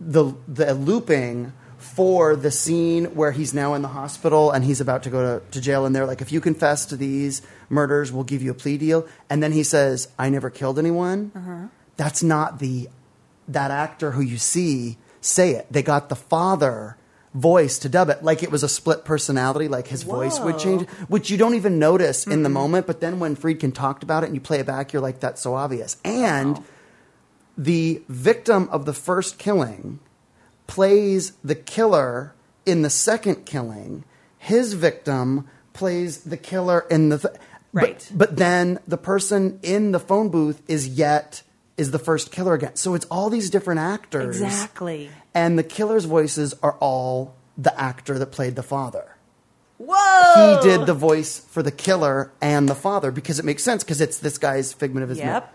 the the looping for the scene where he's now in the hospital and he's about to go to, to jail and they're like if you confess to these murders we'll give you a plea deal and then he says i never killed anyone that's not the that actor who you see say it they got the father voice to dub it like it was a split personality like his voice would change which you don't even notice in the moment but then when friedkin talked about it and you play it back you're like that's so obvious and the victim of the first killing plays the killer in the second killing. His victim plays the killer in the. Th- Right. But, but then the person in the phone booth is yet is the first killer again. So it's all these different actors. Exactly. And the killer's voices are all the actor that played the father. Whoa! He did the voice for the killer and the father because it makes sense because it's this guy's figment of his Yep. memory.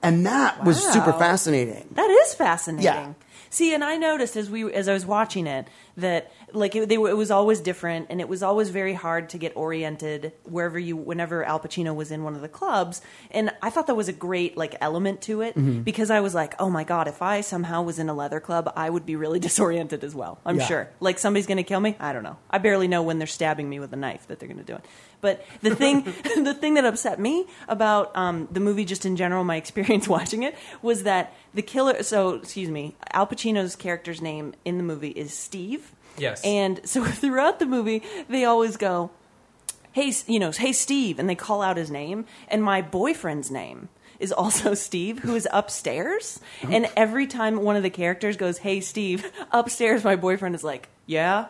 And that was Wow. super fascinating. That is fascinating. Yeah. See, and I noticed as we as I was watching it that like it, they were, it was always different, and it was always very hard to get oriented wherever you whenever Al Pacino was in one of the clubs. And I thought that was a great like element to it Mm-hmm. because I was like, oh my god, if I somehow was in a leather club, I would be really [laughs] disoriented as well. I'm Yeah. sure. Like somebody's going to kill me. I don't know. I barely know when they're stabbing me with a knife that they're going to do it. But the thing, [laughs] the thing that upset me about um, the movie, just in general, my [laughs] experience watching it was that the killer. So, excuse me, Al Pacino's character's name in the movie is Steve. Yes. And so [laughs] throughout the movie, they always go, hey, S- you know, hey, Steve, and they call out his name, and my boyfriend's name is also [laughs] Steve, who is upstairs, Oh. and every time one of the characters goes, hey, Steve, [laughs] upstairs, my boyfriend is like, yeah.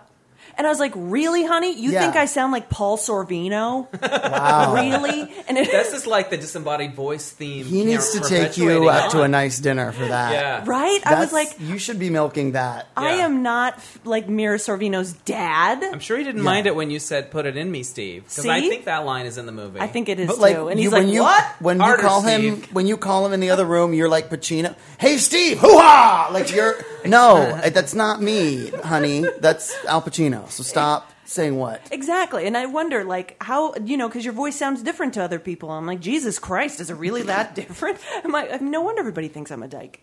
And I was like, "Really, honey? You Yeah. think I sound like Paul [laughs] Sorvino? Wow. really?" And it, [laughs] That's just like the disembodied voice theme. He needs to You're take you perpetuating out to a on. nice dinner for that. Yeah. right? I was That's- like, you should be milking that. "I Yeah. am not f- like Mira Sorvino's dad." I'm sure he didn't mind it when you said "put it in me, Steve," because I See? think that line is in the movie. I think it is But like, too. And you, he's when like, you "What?" when you Harder, call him Steve. when you call him in the other room, you're like Pacino. Hey, Steve, hoo ha! Like you're no, that's not me, honey. That's Al Pacino. So stop saying what. Exactly. And I wonder, like, how, you know, because your voice sounds different to other people. I'm like, Jesus Christ, is it really that [laughs] different? I'm like, no wonder everybody thinks I'm a dyke.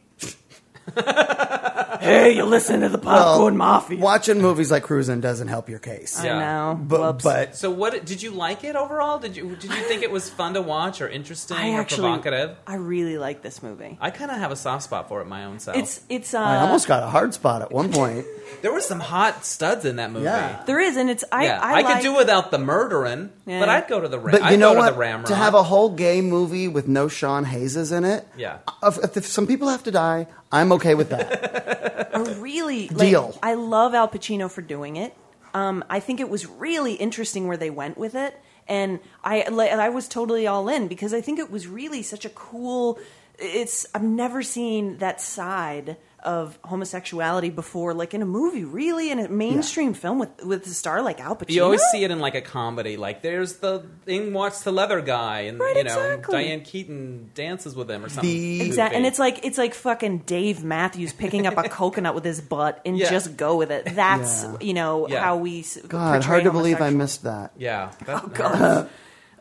hey, you listen to the popcorn mafia. Watching movies like Cruisin' doesn't help your case. I Yeah. know. But Whoops. but So what did you like it overall? Did you did you think it was fun to watch or interesting I or actually, provocative? I really like this movie. I kind of have a soft spot for it my own self. It's, it's, uh, I almost got a hard spot at one point. there were some hot studs in that movie. Yeah. there is, and it's, I, Yeah, I, I, could like- do without the murdering, Yeah. but I'd go to the ram. But you I'd know go what? to the ram to rod. have a whole gay movie with no Sean Hayes in it, Yeah. If, if- if some people have to die, I'm okay with [laughs] that. a really like, Deal. I love Al Pacino for doing it. Um, I think it was really interesting where they went with it, and I like, I was totally all in because I think it was really such a cool. It's I've never seen that side of homosexuality before, like in a movie, really in a mainstream film with with a star like Al Pacino. you always see it in like a comedy. Like there's the in Watch the Leather guy, and Right, you know exactly. Diane Keaton dances with him or something. The- Exactly, and goofy. it's like it's like fucking Dave Matthews picking [laughs] up a coconut with his butt and Yeah. just go with it. That's Yeah. you know Yeah. how we s- God, portray hard to believe I homosexual- missed that. yeah. That,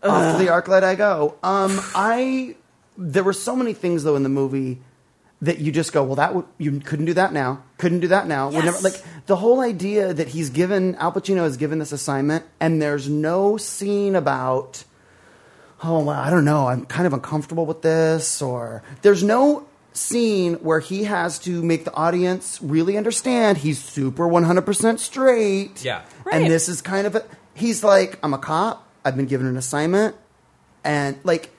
oh, off to the arc light I go. Um, I there were so many things though in the movie that you just go, well, that would you couldn't do that now, couldn't do that now. Would never- Yes. like the whole idea that he's given Al Pacino has given this assignment, and there's no scene about. Oh well, I don't know. I'm kind of uncomfortable with this, or there's no scene where he has to make the audience really understand he's super 100% straight. Yeah. Right. And this is kind of a he's like I'm a cop. I've been given an assignment and like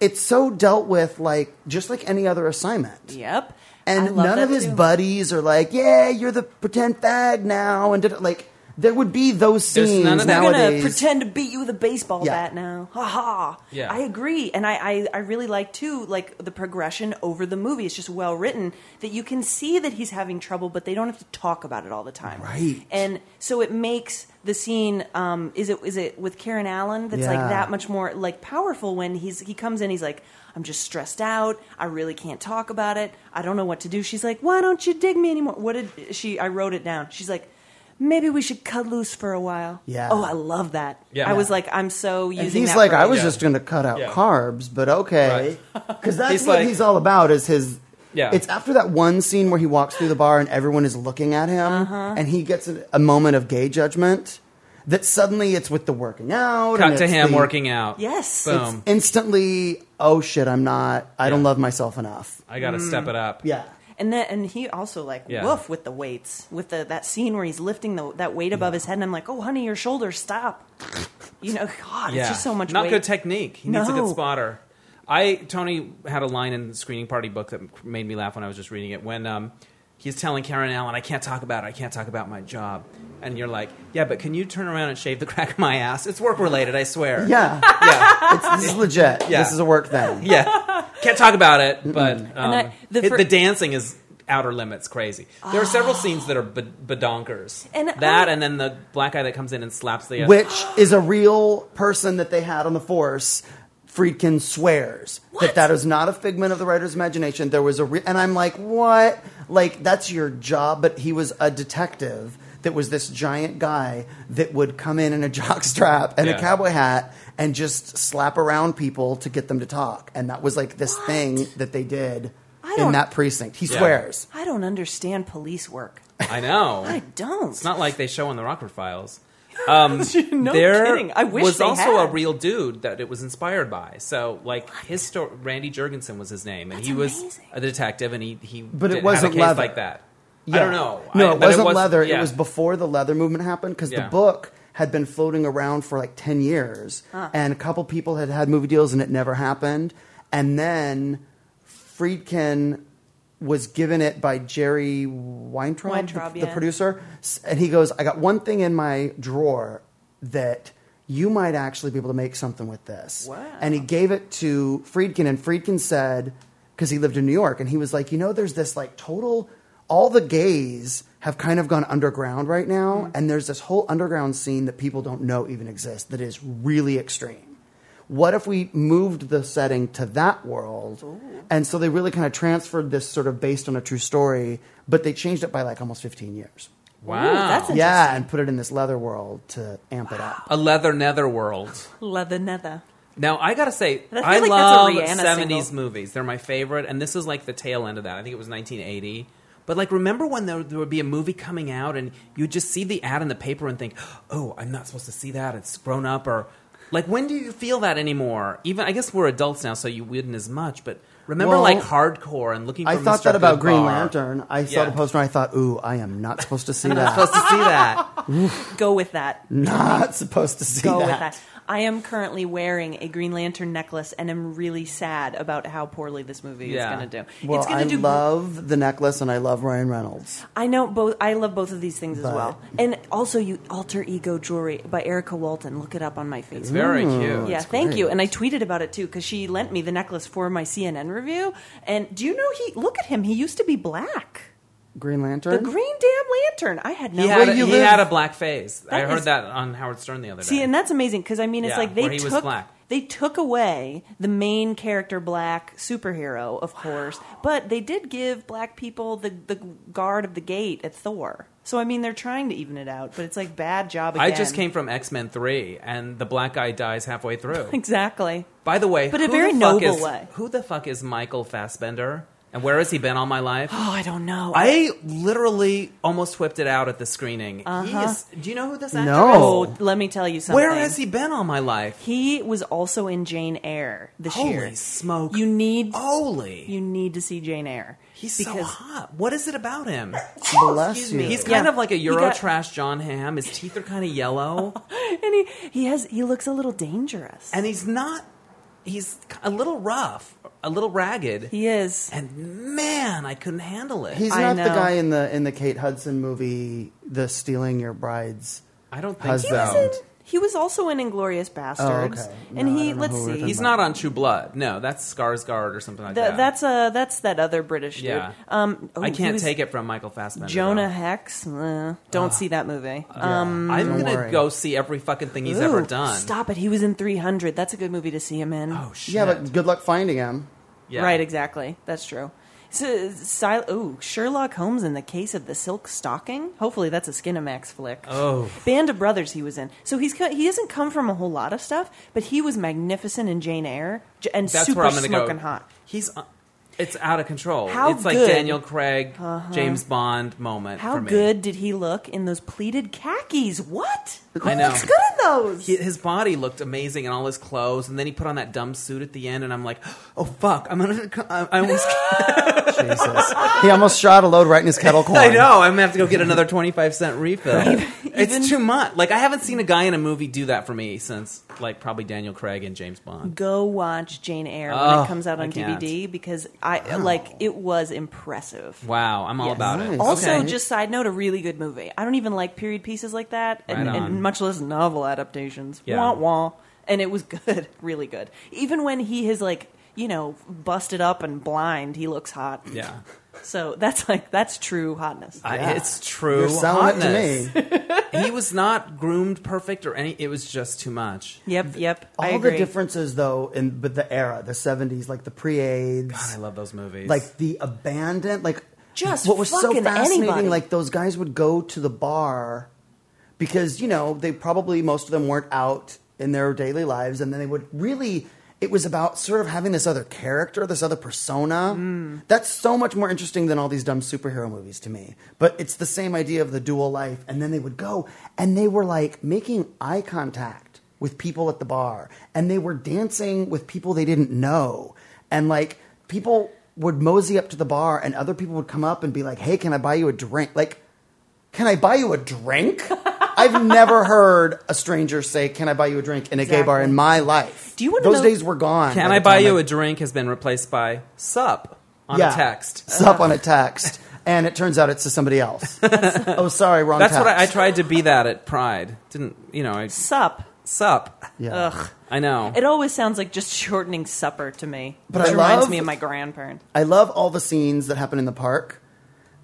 it's so dealt with like just like any other assignment. Yep. I And love none that of his too. buddies are like, "Yeah, you're the pretend fag now." And did, like there would be those There's scenes none of that. I'm gonna nowadays. pretend to beat you with a baseball Yeah. bat now. Ha ha. Yeah. I agree. And I, I, I really like too, like the progression over the movie. It's just well written that you can see that he's having trouble, but they don't have to talk about it all the time. Right. And so it makes the scene, um, is it is it with Karen Allen that's like Yeah. that much more like powerful when he's he comes in, he's like, I'm just stressed out, I really can't talk about it, I don't know what to do. She's like, Why don't you dig me anymore? What did she I wrote it down. She's like Maybe we should cut loose for a while. Yeah. Oh, I love that. Yeah. I was like, I'm so using. and he's that like, for- "I was Yeah. just going to cut out Yeah. carbs, but okay." [laughs] [laughs] Cuz that's He's what like- he's all about is his Yeah. It's after that one scene where he walks through the bar and everyone is looking at him Uh-huh. and he gets a, a moment of gay judgment that suddenly it's with the working out cut and to it's him the- working out. Yes. Boom. instantly, "Oh shit, I'm not I don't Yeah. love myself enough." I gotta step it up. Yeah. and then and he also like Yeah. woof with the weights with the that scene where he's lifting the, that weight above his head, and I'm like, oh honey, your shoulders stop. You know, God, Yeah. it's just so much. Not weight. good technique. He needs a No. good spotter. I Tony had a line in the screening party book that made me laugh when I was just reading it. When um, he's telling Karen Allen, "I can't talk about it. I can't talk about my job," and you're like, yeah, but can you turn around and shave the [laughs] crack of my ass? It's work related, I swear. Yeah, yeah, it's, this is legit. [laughs] Yeah. This is a work thing. yeah. Can't talk about it, but um, I- the it- the, fir- Ah. dancing is outer limits crazy. There are several scenes that are b- badonkers. And that, I- and then the black guy that comes in and slaps the uh, Which is a real person that they had on the force. Friedkin swears that that is not a figment of the writer's imagination. There was a, re- and I'm like, what? Like that's your job, but he was a detective. That was this giant guy that would come in in a [laughs] jockstrap and Yeah. a cowboy hat and just slap around people to get them to talk, and that was like this thing that they did I in don't- that precinct. He Yeah. swears. I don't understand police work. I know. [laughs] I don't. It's not like they show in the Rockford Files. Um, [laughs] no there kidding. I wish was they also had. a real dude that it was inspired by. So like his story, Randy Jurgensen was his name, and That's he was amazing. a detective, and he he it but wasn't a case leather. like that. Yeah. I don't know. No, I- it but wasn't was- leather. yeah. It was before the leather movement happened because Yeah. the book had been floating around for like 10 years and a couple people had had movie deals and it never happened. And then Friedkin was given it by Jerry Weintraub, Weintraub, the, the yeah. producer. S- And he goes, I got one thing in my drawer that you might actually be able to make something with this. Wow. And he gave it to Friedkin, and Friedkin said, because he lived in New York, and he was like, you know, there's this like total, all the gays have kind of gone underground right now, and there's this whole underground scene that people don't know even exists that is really extreme. What if we moved the setting to that world? And so they really kind of transferred this sort of based on a true story, but they changed it by like almost 15 years. wow. Ooh, that's a Yeah, and put it in this leather world to amp it up. a leather nether world. leather nether. Now I gotta say, But I I, feel like love that's a Rihanna seventies single. movies. They're my favorite, and this is like the tail end of that. I think it was nineteen eighty. But like, remember when there, there would be a movie coming out, and you'd just see the ad in the paper and think, "Oh, I'm not supposed to see that. It's grown up." Or like, when do you feel that anymore? Even I guess we're adults now, so you wouldn't as much. But remember, Well, like hardcore and looking. For I thought Mr. that about Green Goodbar. Lantern. I Yeah. saw the poster and I thought, ooh, I am not supposed [laughs] to see I'm not that. supposed to see that. Go with that. [laughs] not supposed to see Go that. with that. I am currently wearing a Green Lantern necklace and am really sad about how poorly this movie Yeah. is going to do. Well, it's going I to do love the necklace and I love Ryan Reynolds. I know both. I love both of these things as But- well. And also, you alter ego jewelry by Erica Walton. Look it up on my Facebook. It's very Mm. cute. yeah, that's thank you. great. And I tweeted about it too because she lent me the necklace for my CNN review. And do you know he? Look at him. He used to be black. Green Lantern? The green damn lantern. I had no. He had, Where a, you he live- had a black face. I That heard is- that on Howard Stern the other day. See, and that's amazing because I mean, it's Yeah, like they where he was took black. they took away the main character black superhero, of course, but they did give black people the the guard of the gate at Thor. So I mean, they're trying to even it out, but it's like bad job. Again. I just came from X Men Three, and the black guy dies halfway [laughs] through. exactly. By the way, But a who very the fuck noble is- way. Who the fuck is Michael Fassbender, and where has he been all [gasps] my life? Oh, I don't know. I literally almost whipped it out at the screening. He is- do you know who this actor No. Uh-huh. oh, let me tell you is? something. Where has he been all my life? He was also in Jane Eyre this Holy year. smoke. Oh. You need Holy, you need to see Jane Eyre. [laughs] he's so hot. What is it about him? Bless Excuse you. me. He's Yeah. kind of like a He got- Eurotrash John Hamm. His teeth are kind of yellow, [laughs] and he he has he looks a little dangerous. and he's not. He's a little rough, a little ragged, he is. and man, I couldn't handle it. He's I not the know. guy in the in the Kate Hudson movie, the stealing your bride's. I don't think Husband. so. He was in- He was also in Inglorious Bastards, Oh, okay. and No, I he don't know let's who we're see, talking He's not on True Blood. No, that's Skarsgård or something like Th- that. that's uh that's that other British dude. Yeah. Um, I can't take it from Michael Fassbender. Jonah though. Hex. Uh, don't see that movie. Um, I'm Don't gonna worry. go see every fucking thing he's ever ooh, done. Stop it. He was in 300. That's a good movie to see him in. Oh shit. Yeah, but good luck finding him. Yeah. Right, exactly. That's true. So, Sil- ooh, Sherlock Holmes in the case of the silk stocking. Hopefully, that's a Skinamax flick. Oh. Band of Brothers, he was in. So he's co- he hasn't come from a whole lot of stuff, but he was magnificent in Jane Eyre j- and That's super where I'm gonna smoking go. hot. He's. uh, it's out of control. How it's like good- Uh-huh. Daniel Craig, James Bond moment. How for me. good did he look in those pleated khakis? What? Who I know. looks good in those? He- his body looked amazing in all his clothes, and then he put on that dumb suit at the end, and I'm like, [gasps] oh fuck, I'm gonna. [laughs] I, I almost. Jesus. he almost shot a load right in [laughs] his kettle corn. I know. I'm gonna have to go get another 25 cent refill. Even- [laughs] it's too much. Like I haven't seen a guy in a movie do that for me since like probably Daniel Craig and James Bond. Go watch Jane Eyre when Oh, it comes out I on can't. DVD because I like it was impressive. Wow, I'm all Yes. about it. Nice. Also, Okay. just side note, a really good movie. I don't even like period pieces like that, and, Right on. and much less novel adaptations. Yeah. Wah wah. And it was good, [laughs] really good. Even when he is like, you know, busted up and blind, he looks hot. Yeah. So that's like that's true hotness. I- Yeah. it's true. You're selling hotness. it to me. [laughs] he was not groomed perfect or any. It was just too much. yep, yep. I All agree. the differences, though, in but the era, the '70s, like the pre-AIDS, God, I love those movies. like the abandon, like Just what was so fucking fascinating. anybody. Like those guys would go to the bar because you know they probably most of them weren't out in their daily lives, and then they would really. It was about sort of having this other character, this other persona. Mm. That's so much more interesting than all these dumb superhero movies to me. But it's the same idea of the dual life. And then they would go and they were like making eye contact with people at the bar and they were dancing with people they didn't know and like people would mosey up to the bar and other people would come up and be like hey can i buy you a drink like can i buy you [laughs] a drink i've never heard a stranger say can i buy you a drink in a gay bar Exactly. in my life Do you wanna those know- days were gone Can by I the buy time you a drink has been replaced by sup on Yeah. a text. sup on a [laughs] text and it turns out it's to somebody else oh sorry wrong That's what I, I text. tried to be that at Pride. Didn't you know? I Sup. [laughs] sup. yeah. Ugh. I know. It always sounds like just [laughs] shortening supper to me. But which I reminds love- me of my grandparents. I love all the scenes that happen in the park.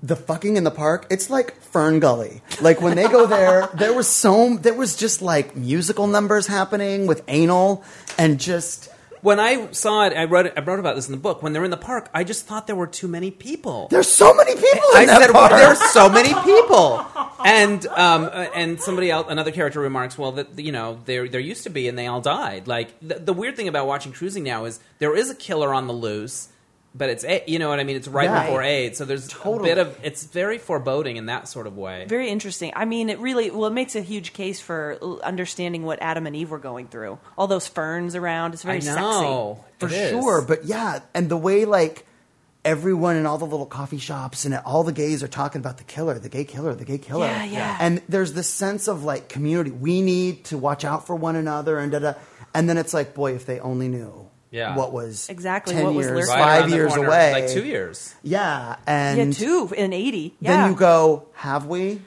The fucking in the park, it's like Fern Gully. Like when they go [laughs] there, there was so there was just like musical numbers happening with anal and just when I saw it, I wrote I wrote about this in the book. When they're in the park, I just thought there were too many people. there's so many people in I that said "Why park. there are so many people, and um, uh, and somebody else, another character remarks, well, that you know there there used to be, and they all died. Like the, the weird thing about watching cruising now is there is a killer on the loose, but it's A- you know what I mean. It's right Yeah. before AIDS, so there's Totally. a bit of it's very foreboding in that sort of way. Very interesting. I mean, it really well, it makes a huge case for l- understanding what Adam and Eve were going through. All those ferns around, it's very I know sexy. for It is. sure. But yeah, and the way like everyone in all the little coffee shops and all the gays are talking about the killer, the gay killer, the gay killer. Yeah, yeah. And there's this sense of like community. We need to watch out for one another and da da. And then it's like, boy, if they only knew. Yeah. What was Exactly, ten what was years, lurking. around five the years corner, away, like two years. Yeah, and yeah, two in eighty. Yeah. Uh-huh. then you go, have we?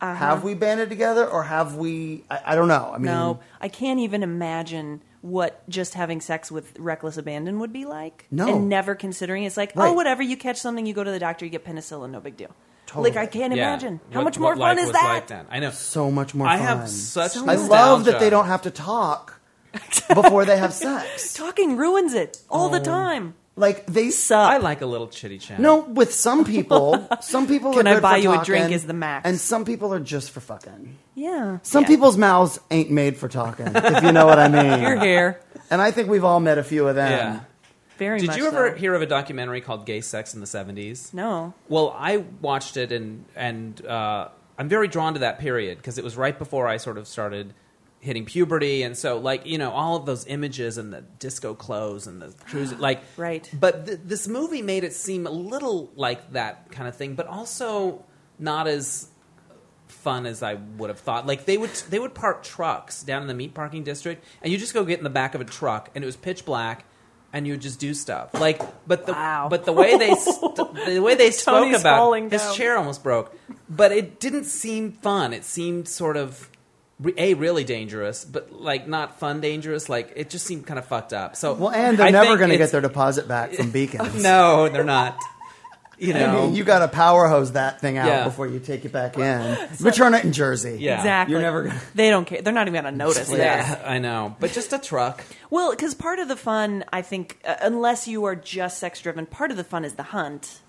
Have we banded together, or have we? I, I don't know. I mean, No, I can't even imagine what just having sex with reckless abandon would be like. No. and never considering it's like, Right. oh, whatever. You catch something, you go to the doctor, you get penicillin, no big deal. Totally. Like I can't Yeah. imagine how What- much more what life fun is was that. Like then. I know. so much more. I fun. have such. So I much love that nostalgia. they don't have to talk before they [laughs] have sex. Talking ruins it all Oh. the time. Like they Sup. I like a little chitty chat. No, with some people, some people Can are I good buy for you a talking, drink is the max. and some people are just for fucking. Yeah, Some Yeah. people's mouths ain't made for talking, if you know what [laughs] I mean. [laughs] your hair. And I think we've all met a few of them. Yeah. Very. Did much you ever so. hear of a documentary called "Gay Sex in the '70s"? No. Well, I watched it and and uh, I'm very drawn to that period because it was right before I sort of started hitting puberty, and so like you know all of those images and the disco clothes and the [gasps] cruise, like Right. But th- this movie made it seem a little like that kind of thing, but also not as fun as I would have thought. Like they would they would park trucks down in the meat parking district, and you just go get in the back of a truck, and it was pitch black, and you would just do stuff. Like, but the Wow. but the way [laughs] they st- the way they spoke Tony's about falling it, his down. chair almost broke, but it didn't seem fun. It seemed sort of. re- A really dangerous, but like not fun dangerous. Like it just seemed kind of fucked up. So Well, and they're I never think going to it's- get their deposit back [laughs] from Beacons. [laughs] No, they're not. You I know, mean, [laughs] you got to power hose that thing out Yeah. before you take it back in. [laughs] Return it in Jersey. Yeah. Exactly. You're never gonna- [laughs] They don't care. They're not even gonna notice. that. yeah, I know. But just a truck. Well, because part of the fun, I think, uh, unless you are just sex driven, part of the fun is the hunt.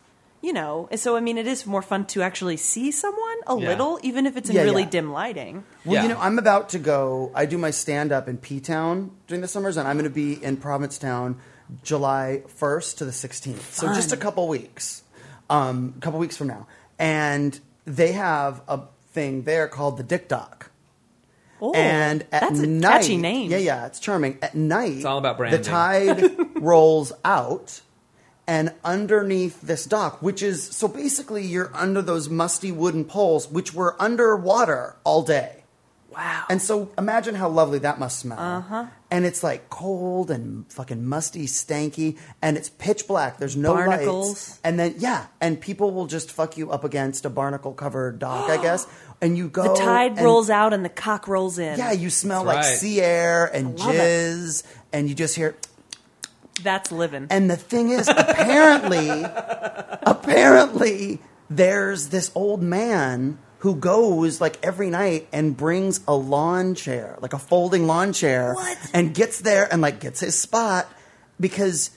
You know, And so I mean, it is more fun to actually see someone a Yeah. little, even if it's in Yeah, really yeah. dim lighting. Well, Yeah. you know, I'm about to go. I do my stand up in P Town during the summers, and I'm going to be in Provincetown July 1st to the 16th. So just a couple weeks, um, a couple weeks from now. And they have a thing there called the Dick Doc. Oh, and at that's a night, catchy name. Yeah, yeah, it's charming. At night, it's all about The branding. [laughs] tide rolls out, and underneath this dock, which is so basically you're under those musty wooden poles, which were underwater all day. Wow. And so imagine how lovely that must smell. Uh-huh. And it's like cold and fucking musty, stanky, and it's pitch black. There's no Barnacles. lights. And then yeah, and people will just fuck you up against a barnacle covered dock, [gasps] I guess. And you go the tide Oh, and- rolls out and the cock rolls in. Yeah, you smell That's like right. sea air and I love it. jizz and you just hear That's living. and the thing [laughs] is, apparently, apparently, there's this old man who goes like every night and brings a lawn chair, like a folding lawn chair, What? and gets there and like gets his spot because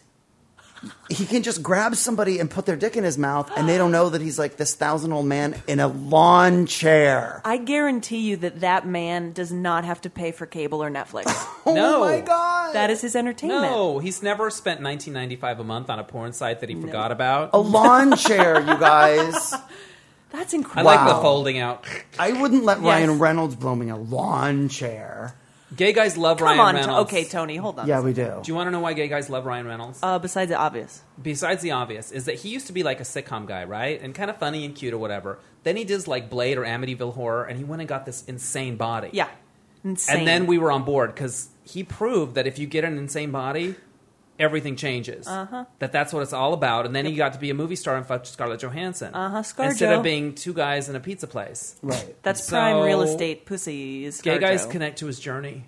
he can just grab somebody and put their dick in his mouth and they don't know that he's like this thousand old man in a lawn chair. I guarantee you that that man does not have to pay for cable or [laughs] Netflix. No. Oh my god. that is his entertainment. No, he's never spent 1995 a month on a porn site that he forgot about. a lawn chair, you guys. That's I incredible. like the wow. folding out. I wouldn't let Yes. Ryan Reynolds blow me a lawn chair. Gay guys love Come Ryan on, Reynolds. T- okay, Tony, hold on. Yeah, we do. Do you want to know why gay guys love Ryan Reynolds? uh, besides the obvious, Besides the obvious, is that he used to be like a sitcom guy, right? And kind of funny and cute or whatever. Then he does like Blade or Amityville Horror, and he went and got this insane body. yeah, insane. And then we were on board because he proved that if you get an insane body, everything changes. Uh-huh. That that's what it's all about. And then he got to be a movie star and fucked Scarlett Johansson. Uh-huh, Scarjo. Instead of being two guys in a pizza place. Right. that's So- prime real estate pussy. Is Gay Scarjo. guys connect to his journey.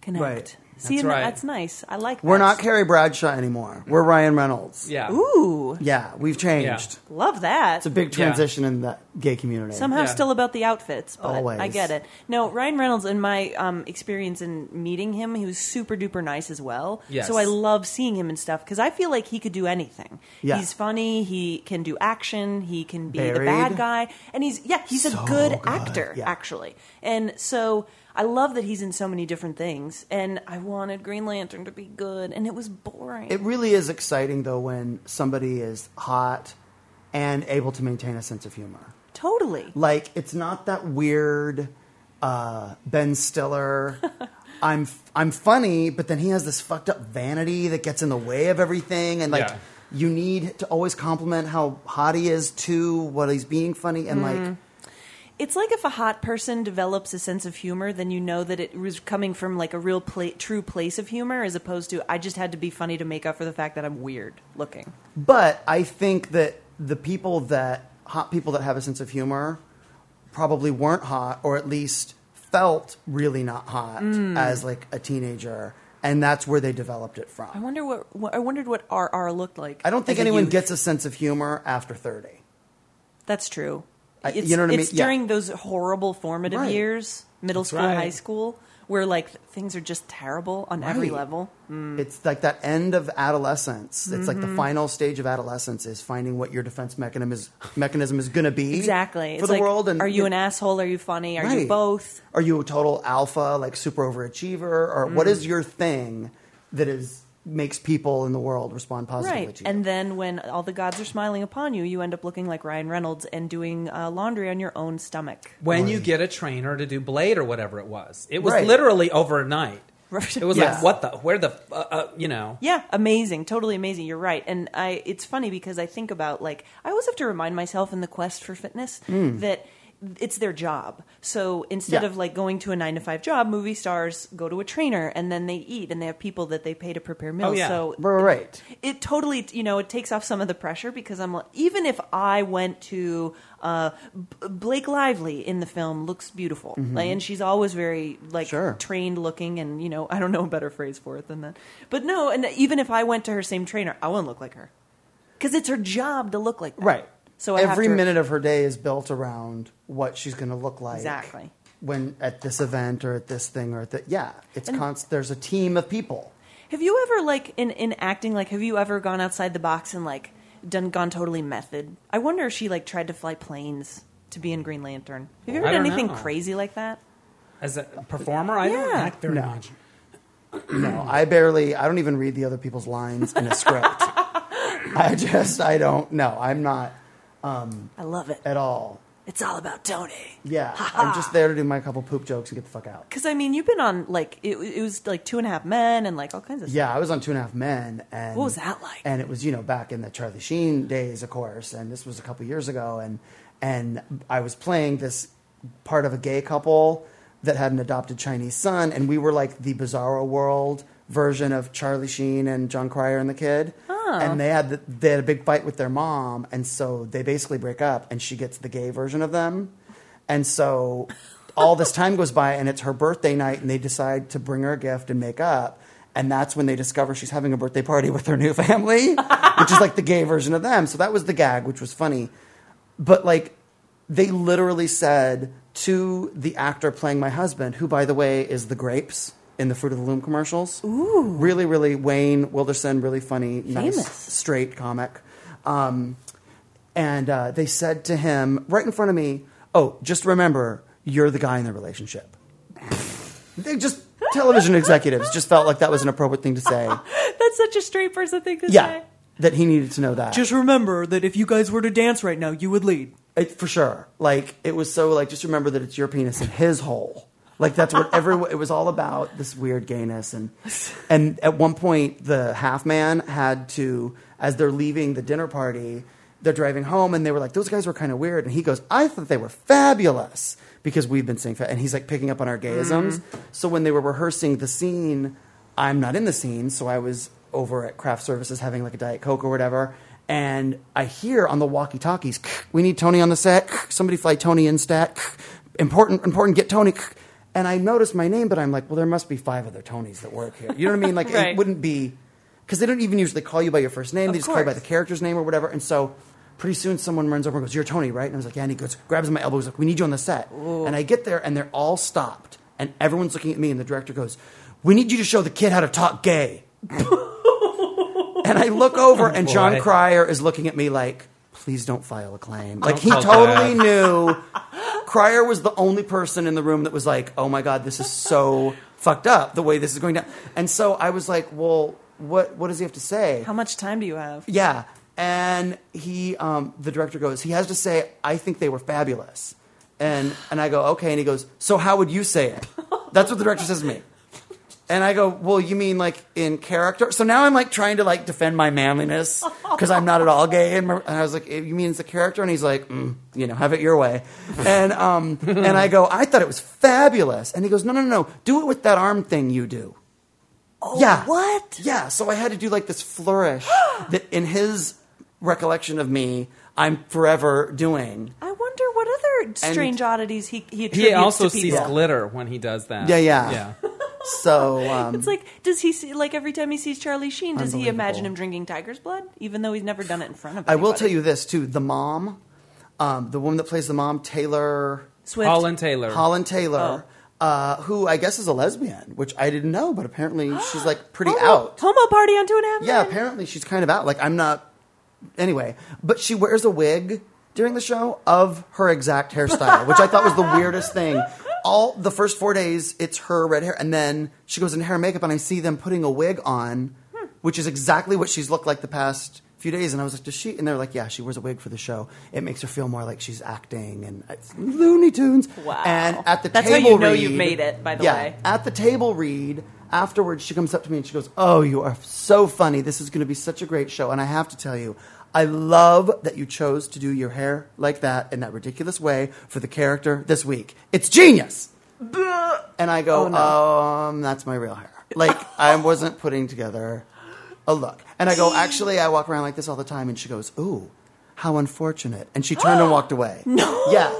connect. Right. See, That's and right. that's nice. I like. We're that. not Carrie Bradshaw anymore. We're Ryan Reynolds. Yeah. Ooh, Yeah, we've changed. love that. It's a big Yeah. transition in the gay community. somehow Yeah. still about the outfits, but Always. I get it. No, Ryan Reynolds, in my um, experience in meeting him, he was super duper nice as well. Yes. So I love seeing him and stuff because I feel like he could do anything. Yeah. He's funny. He can do action. He can be the Buried. bad guy, and he's yeah, he's So a good, good. actor Yeah. actually. And so I love that he's in so many different things. And I wanted Green Lantern to be good, and it was boring. It really is exciting though when somebody is hot and able to maintain a sense of humor. totally. Like it's not that weird uh, Ben Stiller. I'm I'm funny, but then he has this fucked up vanity that gets in the way of everything, and like Yeah. you need to always compliment how hot he is to what he's being funny, and like It's like if a hot person develops a sense of humor, then you know that it was coming from like a real pla- true place of humor, as opposed to I just had to be funny to make up for the fact that I'm weird looking. But I think that the people that hot people that have a sense of humor probably weren't hot, or at least felt really not hot as like a teenager, and that's where they developed it I from. wonder what, what I wondered what RR looked like. I don't think as a anyone youth. gets a sense of humor after thirty. That's true. I- it's, you know what I mean? It's Yeah. during those horrible formative Right. years, middle school, right. high school, where like things are just terrible on every Right. level. It's like that end of adolescence. It's like Mm-hmm. the final stage of adolescence is finding what your defense mechanism is, mechanism is going to be Exactly. for it's the like, world. And are you it- an asshole? Are you funny? Are you Right. both? Mm. Are you a total alpha, like super overachiever, or what is your thing that is makes people in the world respond positively Right. to you? And then when all the gods are smiling upon you, you end up looking like Ryan Reynolds and doing uh, laundry on your own stomach. [laughs] When you get a trainer to do Blade or whatever it was, it was Right. literally overnight. Right. It was Yeah. like, what the, where the, f- uh, uh, you know. Yeah, amazing, totally amazing. You're right, and I. It's funny because I think about like I always have to remind myself in the quest for fitness that it's their job. So instead Mm. Yeah. of like going to a nine to five job, movie stars go to a trainer and then they eat and they have people that they pay to prepare meals. yeah. So Oh, right, right. it totally you know it takes off some of the pressure because i'm like even if i went to uh, B- blake lively in the film looks beautiful like, and she's always very like Mm-hmm. Sure. trained looking and you know [laughs] i don't know a better phrase for it than that but no and even if i went to her same trainer i wouldn't look like her because it's her job to look like that Right. so I have every to- minute of her day is built around what she's going to look like Exactly. when at this event or at this thing or at the yeah. It's const- there's a team of people. Have you ever like in in acting like have you ever gone outside the box and like done gone totally method? I wonder if she like tried to fly planes to be in Green Lantern. Have you ever I done don't anything know. crazy like that? As a performer, I don't Yeah. act very No. much. No, I barely. I don't even read the other people's lines in a script. I just. I don't. No, I'm not I love it. at all. It's all about Tony. Yeah, I'm just there to do my couple poop jokes and get the fuck out. Because I mean, you've been on like it, it was like Two and a Half Men and like all kinds of Yeah, I was on Two and a Half Men, and What was that like? And it was you know back in the Charlie Sheen days, of course, and this was a couple years ago, and and I was playing this part of a gay couple that had an adopted Chinese son, and we were like the Bizarro World version of Charlie Sheen and John Cryer and the kid. And they had the, they had a big fight with their mom, and so they basically break up, and she gets the gay version of them, and so all this time goes by, and it's her birthday night, and they decide to bring her a gift and make up. And that's when they discover she's having a birthday party with her new [laughs] family, which is like the gay version of them. So that was the gag, which was funny but like they literally said to the actor playing my husband, who by the way is the grapes in the Fruit of the Loom commercials. Ooh. Really, really Wayne Wilderson, really funny, nice Famous. straight comic. Um, and uh, they said to him right in front of me, "Oh, just remember, you're the guy in the relationship." they just television executives just felt like that was an appropriate thing to say. [laughs] That's such a straight person thing to Yeah, say. that he needed to know that. Just remember that if you guys were to dance right now, you would lead. It, for sure. Like it was so like just remember that it's your penis in his hole. Like that's what everyone. It was all about this weird gayness and and at one point the half man had to as they're leaving the dinner party. They're driving home and they were like, those guys were kind of weird. And he goes, I thought they were fabulous because we've been saying fat. And he's like picking up on our gayisms. So when they were rehearsing the scene, I'm not in the scene, so I was over at craft services having like a diet coke or whatever, and I hear on the walkie-talkies, "We need Tony on the set. Somebody fly Tony in stat. Important, important. Get Tony." And I noticed my name, but I'm like, "Well, there must be five other Tonys that work here." You know what I mean? Like Right. it wouldn't be because they don't even usually call you by your first name; they just call you by course. the character's name or whatever. And so. Pretty soon, someone runs over and goes, "You're Tony, right?" And I was like, "Yeah." And he goes, grabs my elbow, he's like, "We need you on the set." And I get there, and they're all stopped, and everyone's looking at me, and the director goes, "We need you to show the kid how to talk gay." And I look over, and John boy. Cryer is looking at me like, please don't file a claim. Like, he call totally knew. Cryer was the only person in the room that was like, oh my God, this is so fucked up the way this is going down. And so I was like, well, what, what does he have to say? How much time do you have? Yeah. And he, um, the director goes, he has to say, I think they were fabulous. And, and I go, okay. And he goes, so how would you say it? That's what the director says to me. And I go, well, you mean like in character? So now I'm like trying to like defend my manliness because I'm not at all gay. And, my, and I was like, eh, you mean it's a character? And he's like, mm, you know, have it your way. And um, and I go, I thought it was fabulous. And he goes, no, no, no, no. do it with that arm thing you do. Oh, yeah. what? Yeah. So I had to do like [gasps] this flourish that in his recollection of me, I'm forever doing. I wonder what other strange oddities he he attributes He also to sees people. glitter when he does that. Yeah, yeah. yeah. So um, It's like, does he see like every time he sees Charlie Sheen, does he imagine Unbelievable. him drinking tiger's blood, even though he's never done it in front of? I will anybody? tell you this too: the mom, um, the woman that plays the mom, Taylor Swift. Holland Taylor. Holland Taylor, uh, who I guess is a lesbian, which I didn't know, but apparently she's like pretty homo, out. Homo party Oh, on two and a half. Yeah, Men? apparently she's kind of out. Like I'm not. Anyway, but she wears a wig during the show of her exact hairstyle, which I thought was the weirdest thing. All the first four days, it's her red hair, and then she goes in hair and makeup, and I see them putting a wig on, which is exactly what she's looked like the past few days. And I was like, "Does she?" And they're like, "Yeah, she wears a wig for the show. It makes her feel more like she's acting." And it's Looney Tunes. Wow. And at the That's how you table know read- you've made it, by the yeah, way. at the table read afterwards she comes up to me and she goes oh you are so funny this is going to be such a great show and i have to tell you i love that you chose to do your hair like that in that ridiculous way for the character this week it's genius and i Oh, go um that's my real hair like i wasn't putting together a look and [gasps] i go actually i walk around like this all the time and she goes ooh how unfortunate and she [gasps] turned and walked away no yeah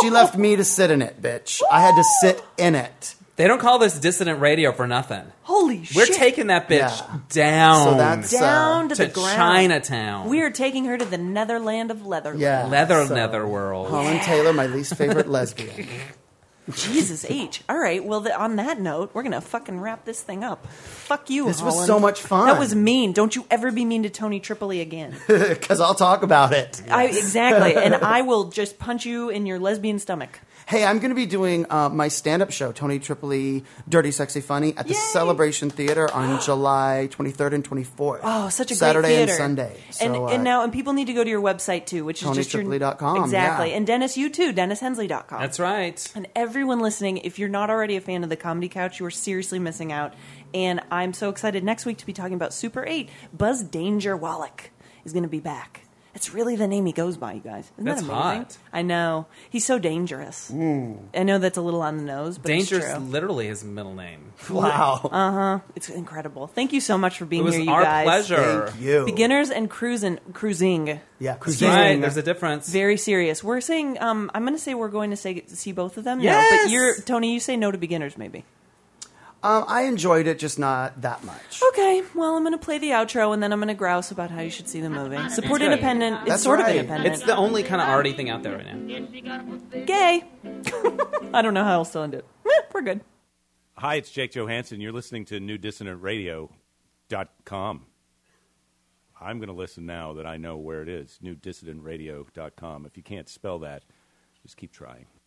she left me to sit in it bitch i had to sit in it They don't call this dissident radio for nothing. Holy We're shit! taking that bitch Yeah. down. So that's down uh, to, to the ground. Chinatown. We are taking her to the netherland of leather. yeah, leather so- nether world. Holland Taylor, my least favorite lesbian. [laughs] Jesus [laughs] H. All right. Well, th on that note, we're gonna fucking wrap this thing up. Fuck you. This was Holland. so much fun. That was mean. Don't you ever be mean to Tony Tripoli again. Because I'll talk about it. [laughs] I, exactly. And I will just punch you in your lesbian stomach. Hey, I'm going to be doing uh, my stand up show, Tony Tripoli, Dirty, Sexy, Funny, at the Yay! Celebration Theater on [gasps] July 23rd and 24th. Oh, such a Saturday great theater. and Sunday. So, and, uh, and now, and people need to go to your website too, which is just your TonyTripoli.com, Exactly. yeah. And Dennis, you too, DennisHensley.com. That's right. And everyone listening, if you're not already a fan of the Comedy Couch, you are seriously missing out. And I'm so excited next week to be talking about Super 8. Buzz Danger Wallach is going to be back. That's really the name he goes by, you guys. Isn't That's that amazing? hot. I know. He's so dangerous. I know that's a little on the nose, but Dangerous, It's, is true. literally his middle name. uh, Wow. it's incredible. Thank you so much for being It was here, you our guys. pleasure. Thank you. Beginners and cruising, cruising. Yeah, Excuse cruising. me. Right, there's a difference. Very serious. We're saying, um, I'm going to say we're going to say, see both of them. No, Yes! but you're Tony. You say no to beginners, maybe. Um, I enjoyed it, just not that much. Okay. Well, I'm going to play the outro and then I'm going to grouse about how you should see the movie. Support That's right. independent. It's That's sort right. of independent. it's the only kind of arty thing out there right now. gay. [laughs] I don't know how else to end it. [laughs] Eh, We're good. Hi, it's Jake Johansson. You're listening to newdissonantradio.com. I'm going to listen now that I know where it is. Newdissonantradio.com. If you can't spell that, just keep trying.